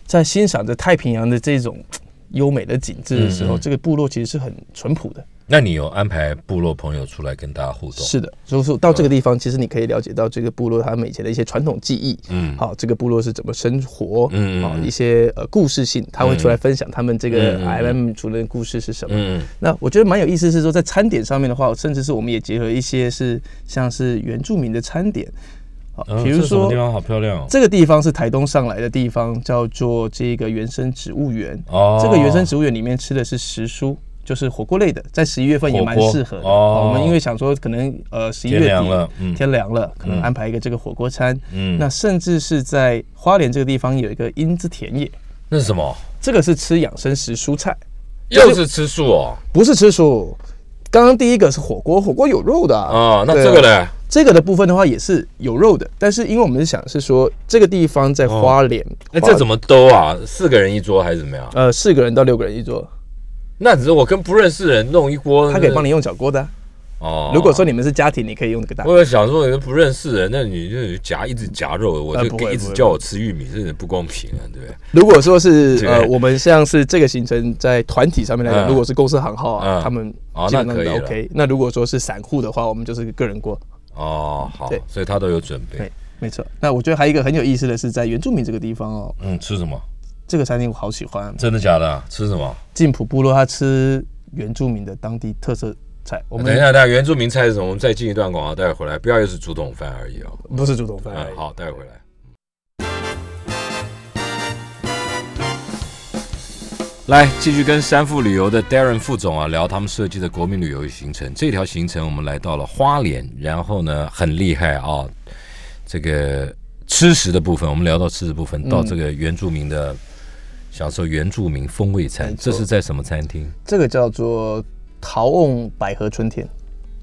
Speaker 3: 在欣赏着太平洋的这种嘖优美的景致的时候，
Speaker 2: 嗯嗯
Speaker 3: 这个部落其实是很淳朴的。
Speaker 2: 那你有安排部落朋友出来跟大家互动？
Speaker 3: 是的，所以说到
Speaker 2: 嗯
Speaker 3: 这个地方，其实你可以了解到这个部落他们以前的一些传统技艺，
Speaker 2: 嗯
Speaker 3: 好、这个部落是怎么生活，
Speaker 2: 嗯嗯
Speaker 3: 好、
Speaker 2: 嗯
Speaker 3: 一些呃故事性，他会出来分享他们这个
Speaker 2: 嗯嗯嗯
Speaker 3: IM 族人的故事是什么。
Speaker 2: 嗯
Speaker 3: 那我觉得蛮有意思是说，在餐点上面的话，甚至是我们也结合一些是像是原住民的餐点，好、
Speaker 2: 嗯，
Speaker 3: 比
Speaker 2: 这
Speaker 3: 如
Speaker 2: 是什么
Speaker 3: 说
Speaker 2: 地。方好漂亮哦
Speaker 3: 这个地方是台东上来的地方，叫做这个原生植物园。
Speaker 2: 哦，
Speaker 3: 这个原生植物园里面吃的是时蔬，就是火锅类的，在十一月份也蛮
Speaker 2: 火锅
Speaker 3: 适合的。
Speaker 2: 哦
Speaker 3: 好我们因为想说，可能呃十一月底
Speaker 2: 天凉了嗯
Speaker 3: 天凉了可能
Speaker 2: 嗯
Speaker 3: 安排一个这个火锅餐。
Speaker 2: 嗯
Speaker 3: 那甚至是在花莲这个地方有一个英之田野，
Speaker 2: 那是什么？
Speaker 3: 这个是吃养生食蔬菜，
Speaker 2: 又是吃素哦
Speaker 3: 不是吃蔬。刚刚第一个是火锅，火锅有肉的啊
Speaker 2: 哦，那
Speaker 3: 对啊
Speaker 2: 这个呢？
Speaker 3: 这个的部分的话也是有肉的，但是因为我们是想是说这个地方在花莲，
Speaker 2: 哦那哎这怎
Speaker 3: 么？
Speaker 2: 么兜啊？四个人一桌还是怎么样？
Speaker 3: 呃，四个人到六个人一桌，
Speaker 2: 那只是我跟不认识的人弄一锅，
Speaker 3: 他可以帮
Speaker 2: 你
Speaker 3: 你用小锅的啊、
Speaker 2: 哦。
Speaker 3: 如果说你们是家庭，你可以用这个大锅。
Speaker 2: 我有想说，你不认识人，那你就夹一直夹肉，我
Speaker 3: 呃
Speaker 2: 就
Speaker 3: 不会
Speaker 2: 一
Speaker 3: 不
Speaker 2: 直
Speaker 3: 会
Speaker 2: 叫我吃玉米，真的不公平啊，对不对？
Speaker 3: 如果说是
Speaker 2: 对
Speaker 3: 呃，我们像是这个行程在团体上面来
Speaker 2: 嗯
Speaker 3: 讲，如果是公司行号啊，
Speaker 2: 嗯
Speaker 3: 他们
Speaker 2: 哦
Speaker 3: 基本上
Speaker 2: 那可以
Speaker 3: 都
Speaker 2: 了
Speaker 3: OK。那如果说是散户的话，我们就是个人锅。
Speaker 2: 哦，好
Speaker 3: 对，
Speaker 2: 所以他都有准备
Speaker 3: 对。，没错。那我觉得还有一个很有意思的是，在原住民这个地方哦，
Speaker 2: 嗯，吃什么？
Speaker 3: 这个餐厅我好喜欢。
Speaker 2: 真的假的啊？吃什么？
Speaker 3: 晋普部落他吃原住民的当地特色菜，我
Speaker 2: 哎等一
Speaker 3: 们
Speaker 2: 下，等一下，原住民菜是什么？我们再进一段广告，待会回来，不要又是竹筒饭而已哦。
Speaker 3: 不是主动饭而已
Speaker 2: 嗯，。好，待会回来。嗯来，继续跟山富旅游的 Darren 副总啊聊他们设计的国民旅游行程。这条行程我们来到了花莲，然后呢很厉害啊，这个吃食的部分，我们聊到吃食部分，到这个原住民的享受原住民风味餐，
Speaker 3: 嗯没错
Speaker 2: 这是在什么餐厅？
Speaker 3: 这个叫做桃瓮百合春天。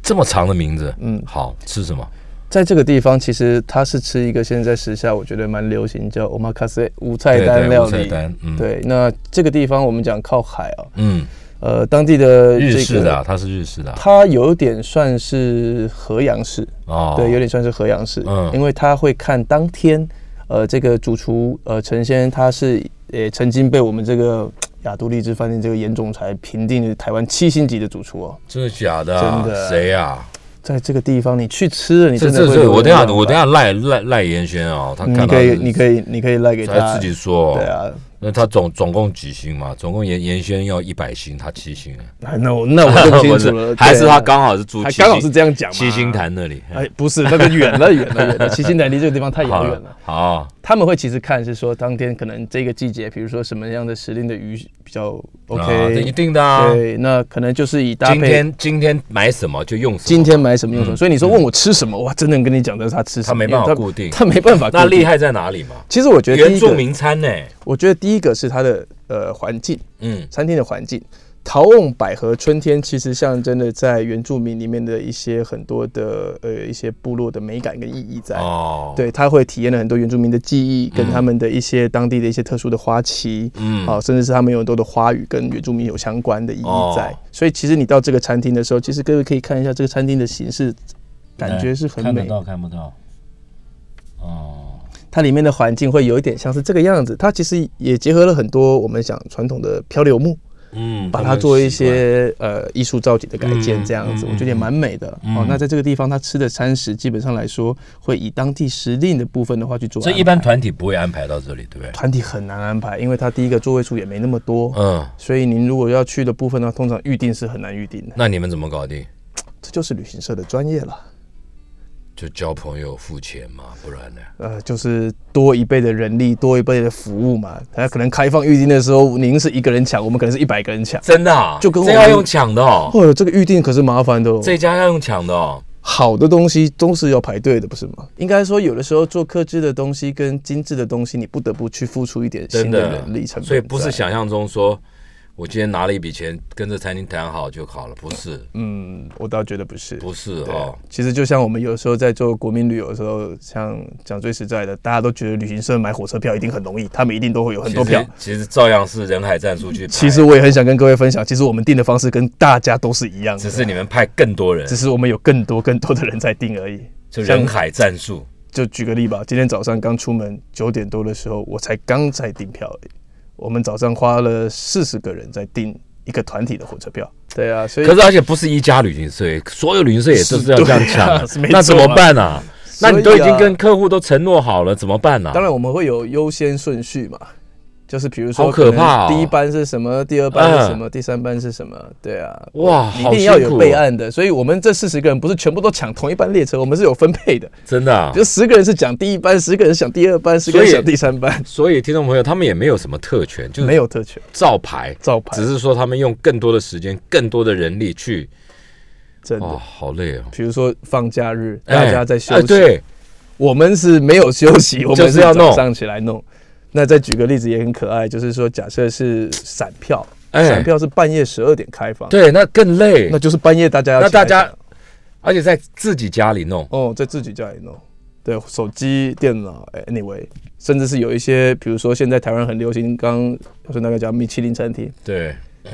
Speaker 2: 这么长的名字，
Speaker 3: 嗯
Speaker 2: 好吃什么？
Speaker 3: 在这个地方，其实它是吃一个现在时下我觉得蛮流行叫 omakase 无菜单料理。
Speaker 2: 对对无菜单嗯
Speaker 3: 对，那这个地方我们讲靠海啊，
Speaker 2: 嗯，
Speaker 3: 呃，当地的、这个、
Speaker 2: 日式的啊、，它是日式的啊、
Speaker 3: 它有点算是河阳式，
Speaker 2: 哦，
Speaker 3: 对，有点算是河阳式，
Speaker 2: 嗯
Speaker 3: 因为它会看当天，呃，这个主厨呃陈先生他是也曾经被我们这个雅都丽致饭店这个严总裁评定的台湾七星级的主厨哦，
Speaker 2: 真的假的啊？
Speaker 3: 真的
Speaker 2: 谁呀、啊？
Speaker 3: 在这个地方你去吃了，你
Speaker 2: 这
Speaker 3: 真的
Speaker 2: 这
Speaker 3: 会
Speaker 2: 这，我
Speaker 3: 流
Speaker 2: 等一下
Speaker 3: 连忘
Speaker 2: 我
Speaker 3: 返
Speaker 2: 等一下赖赖赖严轩啊，他看
Speaker 3: 嗯你
Speaker 2: 到
Speaker 3: 可以，你可以，你可以赖给
Speaker 2: 他
Speaker 3: 他。
Speaker 2: 自己说，
Speaker 3: 对，啊，
Speaker 2: 那他总总共几星嘛？总共严严轩要一百星，他七星啊，
Speaker 3: 哎那我那我就不 清
Speaker 2: 不
Speaker 3: 楚
Speaker 2: 是
Speaker 3: 了，，
Speaker 2: 还是他
Speaker 3: 对啊
Speaker 2: 刚好是住
Speaker 3: 还
Speaker 2: 七
Speaker 3: 刚好
Speaker 2: 星
Speaker 3: 是这样讲嘛
Speaker 2: 七星潭那里。
Speaker 3: 哎，不是那个远了，远了，远了。七星潭离这个地方太遥远了。
Speaker 2: 好，
Speaker 3: 他们会其实看是说当天可能这个季节，比如说什么样的时令的鱼比较
Speaker 2: 啊这一
Speaker 3: OK，
Speaker 2: 定的啊。
Speaker 3: 对，那可能就是以搭
Speaker 2: 今
Speaker 3: 配
Speaker 2: 天今天买什么就用什么。
Speaker 3: 今天买什么用什么。所以你说问我吃什么，哇，真的跟你讲的是他吃什么，
Speaker 2: 他没办法
Speaker 3: 因为
Speaker 2: 固定
Speaker 3: 他没办法。
Speaker 2: 那厉。害在哪里嘛？
Speaker 3: 其实我觉得第
Speaker 2: 原
Speaker 3: 一
Speaker 2: 住
Speaker 3: 个，
Speaker 2: 民餐呢？
Speaker 3: 我觉得第一个是它的呃环境，
Speaker 2: 嗯
Speaker 3: 餐厅的环境。陶瓮百合春天其实象征了在原住民里面的一些很多的呃一些部落的美感跟意义在。
Speaker 2: 哦，
Speaker 3: 对，他会体验了很多原住民的记忆，跟他们的一些当地的一些特殊的花旗，
Speaker 2: 嗯
Speaker 3: 啊，甚至是他们有很多的花语跟原住民有相关的意义在。
Speaker 2: 哦
Speaker 3: 所以其实你到这个餐厅的时候，其实各位可以看一下这个餐厅的形式，感觉是很美。
Speaker 2: 哎看不到。哦，
Speaker 3: 它里面的环境会有一点像是这个样子，它其实也结合了很多我们讲传统的漂流木，
Speaker 2: 嗯，
Speaker 3: 把
Speaker 2: 他
Speaker 3: 它
Speaker 2: 们
Speaker 3: 做一
Speaker 2: 习惯
Speaker 3: 些呃艺术造景的改建，
Speaker 2: 嗯
Speaker 3: 这样子，
Speaker 2: 嗯
Speaker 3: 我觉得也蛮美的。
Speaker 2: 嗯
Speaker 3: 哦，那在这个地方，它吃的餐食基本上来说，会以当地时令的部分的话去做安
Speaker 2: 所
Speaker 3: 排。
Speaker 2: 以一般团体不会安排到这里，对不对？
Speaker 3: 团体很难安排，因为它第一个座位数也没那么多，
Speaker 2: 嗯，
Speaker 3: 所以您如果要去的部分呢，通常预定是很难预定的。
Speaker 2: 那你们怎么搞定？
Speaker 3: 这就是旅行社的专业了，
Speaker 2: 就交朋友付钱嘛，不然呢？
Speaker 3: 呃，就是多一倍的人力，多一倍的服务嘛。它可能开放预定的时候，您是一个人抢，我们可能是一百个人抢。
Speaker 2: 真的啊，
Speaker 3: 就跟我
Speaker 2: 这
Speaker 3: 们
Speaker 2: 要用抢的哦，
Speaker 3: 哦，这个预定可是麻烦的哦。
Speaker 2: 这家要用抢的哦。
Speaker 3: 好的东西都是要排队的，不是吗？应该说，有的时候做克制的东西跟精致的东西，你不得不去付出一点
Speaker 2: 真
Speaker 3: 新
Speaker 2: 的
Speaker 3: 的人力成本在。
Speaker 2: 所以不是想象中说，我今天拿了一笔钱跟这餐厅谈好就好了，不是，
Speaker 3: 嗯，我倒觉得不是，
Speaker 2: 不是
Speaker 3: 对
Speaker 2: 哦。
Speaker 3: 其实就像我们有时候在做国民旅游的时候，像讲最实在的，大家都觉得旅行社买火车票一定很容易，他们一定都会有很
Speaker 2: 其
Speaker 3: 多票
Speaker 2: 实。其实照样是人海战术去排，
Speaker 3: 其实我也很想跟各位分享，其实我们订的方式跟大家都是一样的，
Speaker 2: 只是你们派更多人
Speaker 3: 只，是我们有更多更多的人在订而已。
Speaker 2: 就人海战术。
Speaker 3: 就举个例吧，今天早上刚出门九点多的时候，我才刚在订票而已。我们早上花了四十个人在订一个团体的火车票。对啊，所以
Speaker 2: 可是而且不是一家旅行社，所有旅行社也都是要这样抢啊
Speaker 3: 是对啊，
Speaker 2: 那怎么办啊？
Speaker 3: 所
Speaker 2: 那
Speaker 3: 以啊啊
Speaker 2: 你都已经跟客户都承诺好了，怎么办呢？啊
Speaker 3: 当然我们会有优先顺序嘛，就是比如说，
Speaker 2: 好可怕哦嗯
Speaker 3: 第一班是什么，第二班是什么，第三班是什么，对啊，
Speaker 2: 哇
Speaker 3: 你一
Speaker 2: 好
Speaker 3: 定要
Speaker 2: 辛苦
Speaker 3: 有
Speaker 2: 哦
Speaker 3: 备案的，所以我们这四十个人不是全部都抢同一班列车，我们是有分配的，
Speaker 2: 真的啊
Speaker 3: 比。如十个人是抢第一班，十个人是抢第二班，十个人
Speaker 2: 所以
Speaker 3: 抢第三班，
Speaker 2: 所以听众朋友，他们也没有什么特权，就是
Speaker 3: 没有特权，
Speaker 2: 照牌，
Speaker 3: 照牌
Speaker 2: 只是说他们用更多的时间、更多的人力去，
Speaker 3: 真
Speaker 2: 哦，
Speaker 3: 的。
Speaker 2: 好累哦。
Speaker 3: 比如说放假日，大家在休
Speaker 2: 哎哎
Speaker 3: 息，
Speaker 2: 对，
Speaker 3: 我们是没有休 息，我
Speaker 2: 就
Speaker 3: 们
Speaker 2: 是
Speaker 3: 是
Speaker 2: 要弄
Speaker 3: 早上起来弄。那再举个例子也很可爱，就是说，假设是散票，
Speaker 2: 哎
Speaker 3: 散票是半夜十二点开放，
Speaker 2: 对，那更累
Speaker 3: 那。就是半夜大家要
Speaker 2: 那
Speaker 3: 起来
Speaker 2: 大家
Speaker 3: 抢
Speaker 2: 而且在自己家里弄，
Speaker 3: 哦，在自己家里弄，对，手机、电脑哎，anyway，甚至是有一些，比如说现在台湾很流行，刚刚我说那个叫米其林餐厅，
Speaker 2: 对，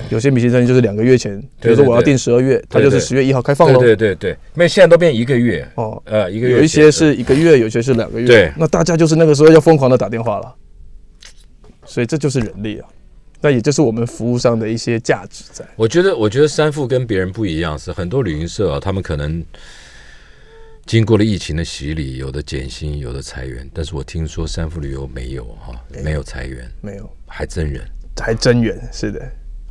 Speaker 3: 有些米其林餐厅就是两个月前，比
Speaker 2: 对
Speaker 3: 如说
Speaker 2: 对
Speaker 3: 我要
Speaker 2: 对
Speaker 3: 订十二月，它
Speaker 2: 对
Speaker 3: 就是
Speaker 2: 对
Speaker 3: 十月一号开放
Speaker 2: 对
Speaker 3: 喽。
Speaker 2: 对对对，因为现在都变一个月，
Speaker 3: 哦，
Speaker 2: 呃，一个月
Speaker 3: 有一
Speaker 2: 前
Speaker 3: 些是一个月，有些是两个月。
Speaker 2: 对
Speaker 3: 那大家就是那个时候要疯狂的打电话了，所以这就是人力啊，那也就是我们服务上的一些价值在。
Speaker 2: 我觉得，我觉得三富跟别人不一样，是很多旅行社啊，他们可能经过了疫情的洗礼，有的减薪，有的裁员。但是我听说三富旅游没有哈、没有裁员，
Speaker 3: 没有，
Speaker 2: 还真人，
Speaker 3: 还真远，是的，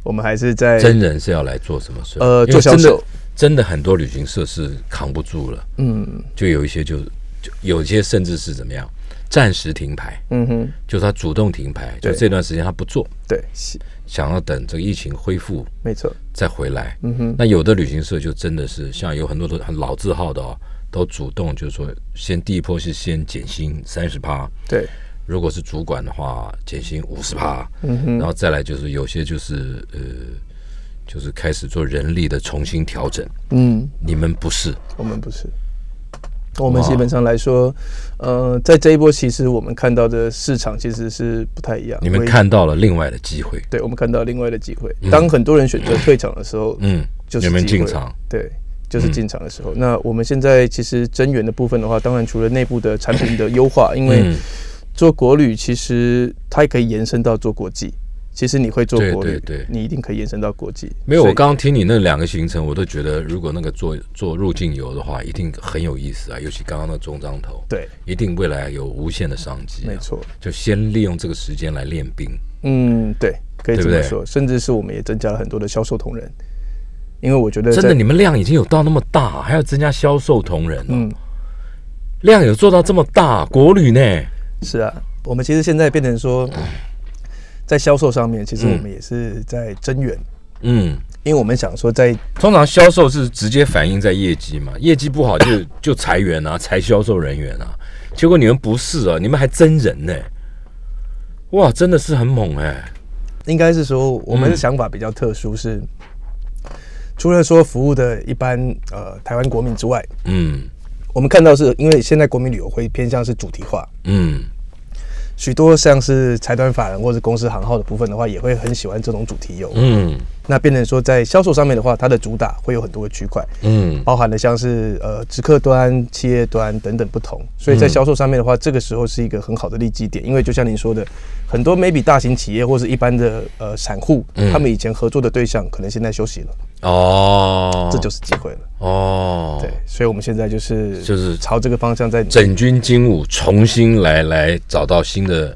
Speaker 3: 我们还是在
Speaker 2: 真人是要来做什么事？
Speaker 3: 呃
Speaker 2: 因为
Speaker 3: 做销
Speaker 2: 真的
Speaker 3: 售
Speaker 2: 真的很多旅行社是扛不住了，
Speaker 3: 嗯
Speaker 2: 就有一些就就有一些甚至是怎么样，暂时停牌，
Speaker 3: 嗯哼，
Speaker 2: 就是他主动停牌，就
Speaker 3: 对
Speaker 2: 这段时间他不做，
Speaker 3: 对，是
Speaker 2: 想要等这个疫情恢复
Speaker 3: 没错，
Speaker 2: 再回来。
Speaker 3: 嗯哼，
Speaker 2: 那有的旅行社就真的是像有很多都很老字号的哦，都主动就是说，先第一波是先减薪三十趴，
Speaker 3: 对，
Speaker 2: 如果是主管的话，减薪五十趴，
Speaker 3: 嗯哼，
Speaker 2: 然后再来就是有些就是呃，就是开始做人力的重新调整。
Speaker 3: 嗯，
Speaker 2: 你们不是，
Speaker 3: 我们不是。我们基本上来说，呃，在这一波，其实我们看到的市场其实是不太一样。
Speaker 2: 你们
Speaker 3: 为，
Speaker 2: 看到了另外的机会，
Speaker 3: 对我们看到另外的机会。当很多人选择退场的时候，
Speaker 2: 嗯，
Speaker 3: 就是
Speaker 2: 你们
Speaker 3: 机会
Speaker 2: 进场，嗯
Speaker 3: 对，就是进场的时候。那我们现在其实增援的部分的话，当然除了内部的产品的优化，因为
Speaker 2: 嗯，
Speaker 3: 做国旅其实它也可以延伸到做国际。其实你会做
Speaker 2: 对
Speaker 3: 国旅，
Speaker 2: 对对
Speaker 3: 你一定可以延伸到国际。
Speaker 2: 没有，
Speaker 3: 所
Speaker 2: 我
Speaker 3: 以
Speaker 2: 刚刚听你那两个行程，我都觉得如果那个做做入境游的话，一定很有意思啊，尤其刚刚那中章头，
Speaker 3: 对，
Speaker 2: 一定未来有无限的商机、啊，
Speaker 3: 没错，
Speaker 2: 就先利用这个时间来练兵。
Speaker 3: 嗯，对，可以
Speaker 2: 对
Speaker 3: 这
Speaker 2: 不
Speaker 3: 么
Speaker 2: 对
Speaker 3: 说，甚至是我们也增加了很多的销售同仁，因为我觉得
Speaker 2: 真
Speaker 3: 在
Speaker 2: 的，你们量已经有到那么大，还要增加销售同仁、哦，
Speaker 3: 嗯
Speaker 2: 量有做到这么大，国旅呢？
Speaker 3: 是啊，我们其实现在变成说，在销售上面，其实我们也是在增援，
Speaker 2: 嗯，
Speaker 3: 因为我们想说在
Speaker 2: 通常销售是直接反映在业绩嘛， 业绩不好就就裁员啊，裁销售人员啊。结果你们不是啊，你们还真人呢、哇，真的是很猛哎、
Speaker 3: 应该是说我们
Speaker 2: 嗯
Speaker 3: 的想法比较特殊是，除了说服务的一般呃台湾国民之外，
Speaker 2: 嗯
Speaker 3: 我们看到是因为现在国民旅游会偏向是主题化，
Speaker 2: 嗯
Speaker 3: 许多像是财团法人或者公司行号的部分的话，也会很喜欢这种主题游。
Speaker 2: 嗯
Speaker 3: 那变成说在销售上面的话，它的主打会有很多个区块，
Speaker 2: 嗯
Speaker 3: 包含了像是呃直客端、企业端等等不同，所
Speaker 2: 嗯
Speaker 3: 以在销售上面的话，这个时候是一个很好的利基点，因为就像您说的，很多 maybe 大型企业或是一般的呃散户，
Speaker 2: 嗯
Speaker 3: 他们以前合作的对象可能现在休息了，
Speaker 2: 哦，
Speaker 3: 这就是机会了。
Speaker 2: 哦，
Speaker 3: 对，，所以我们现在就是
Speaker 2: 就是
Speaker 3: 朝这个方向在努力
Speaker 2: 整军精武，重新来来找到新的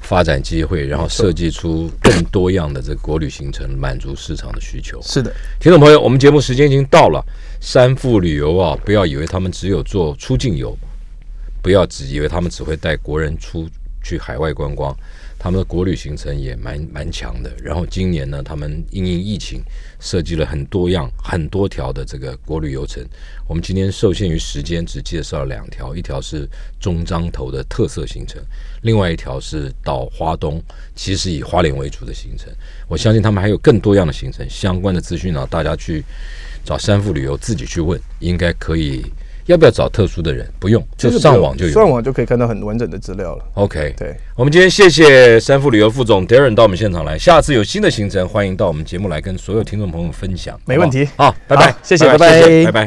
Speaker 2: 发展机会，然后设计出更多样的这个国旅行程，满足市场的需求。
Speaker 3: 是的，
Speaker 2: 听众朋友，我们节目时间已经到了。三富旅游啊，不要以为他们只有做出境游，不要只以为他们只会带国人出去海外观光，他们的国旅行程也蛮蛮强的。然后今年呢，他们因应疫情，设计了很多样、 很多条的这个国旅游程。我们今天受限于时间，只介绍了两条，一条是中彰头的特色行程，另外一条是到花东，其实以花莲为主的行程。我相信他们还有更多样的行程，相关的资讯呢、大家去找山富旅游自己去问，应该可以。要不要找特殊的人？不用，就
Speaker 3: 其实
Speaker 2: 上网就有。
Speaker 3: 上网就可以看到很完整的资料了。
Speaker 2: OK，
Speaker 3: 对，
Speaker 2: 我们今天谢谢三富旅游副总 Darren 到我们现场来，下次有新的行程，欢迎到我们节目来跟所有听众朋友分享。
Speaker 3: 没问题
Speaker 2: 好不好好，拜拜
Speaker 3: 好，谢谢
Speaker 2: 谢
Speaker 3: 拜
Speaker 2: 谢
Speaker 3: 拜
Speaker 2: 拜拜。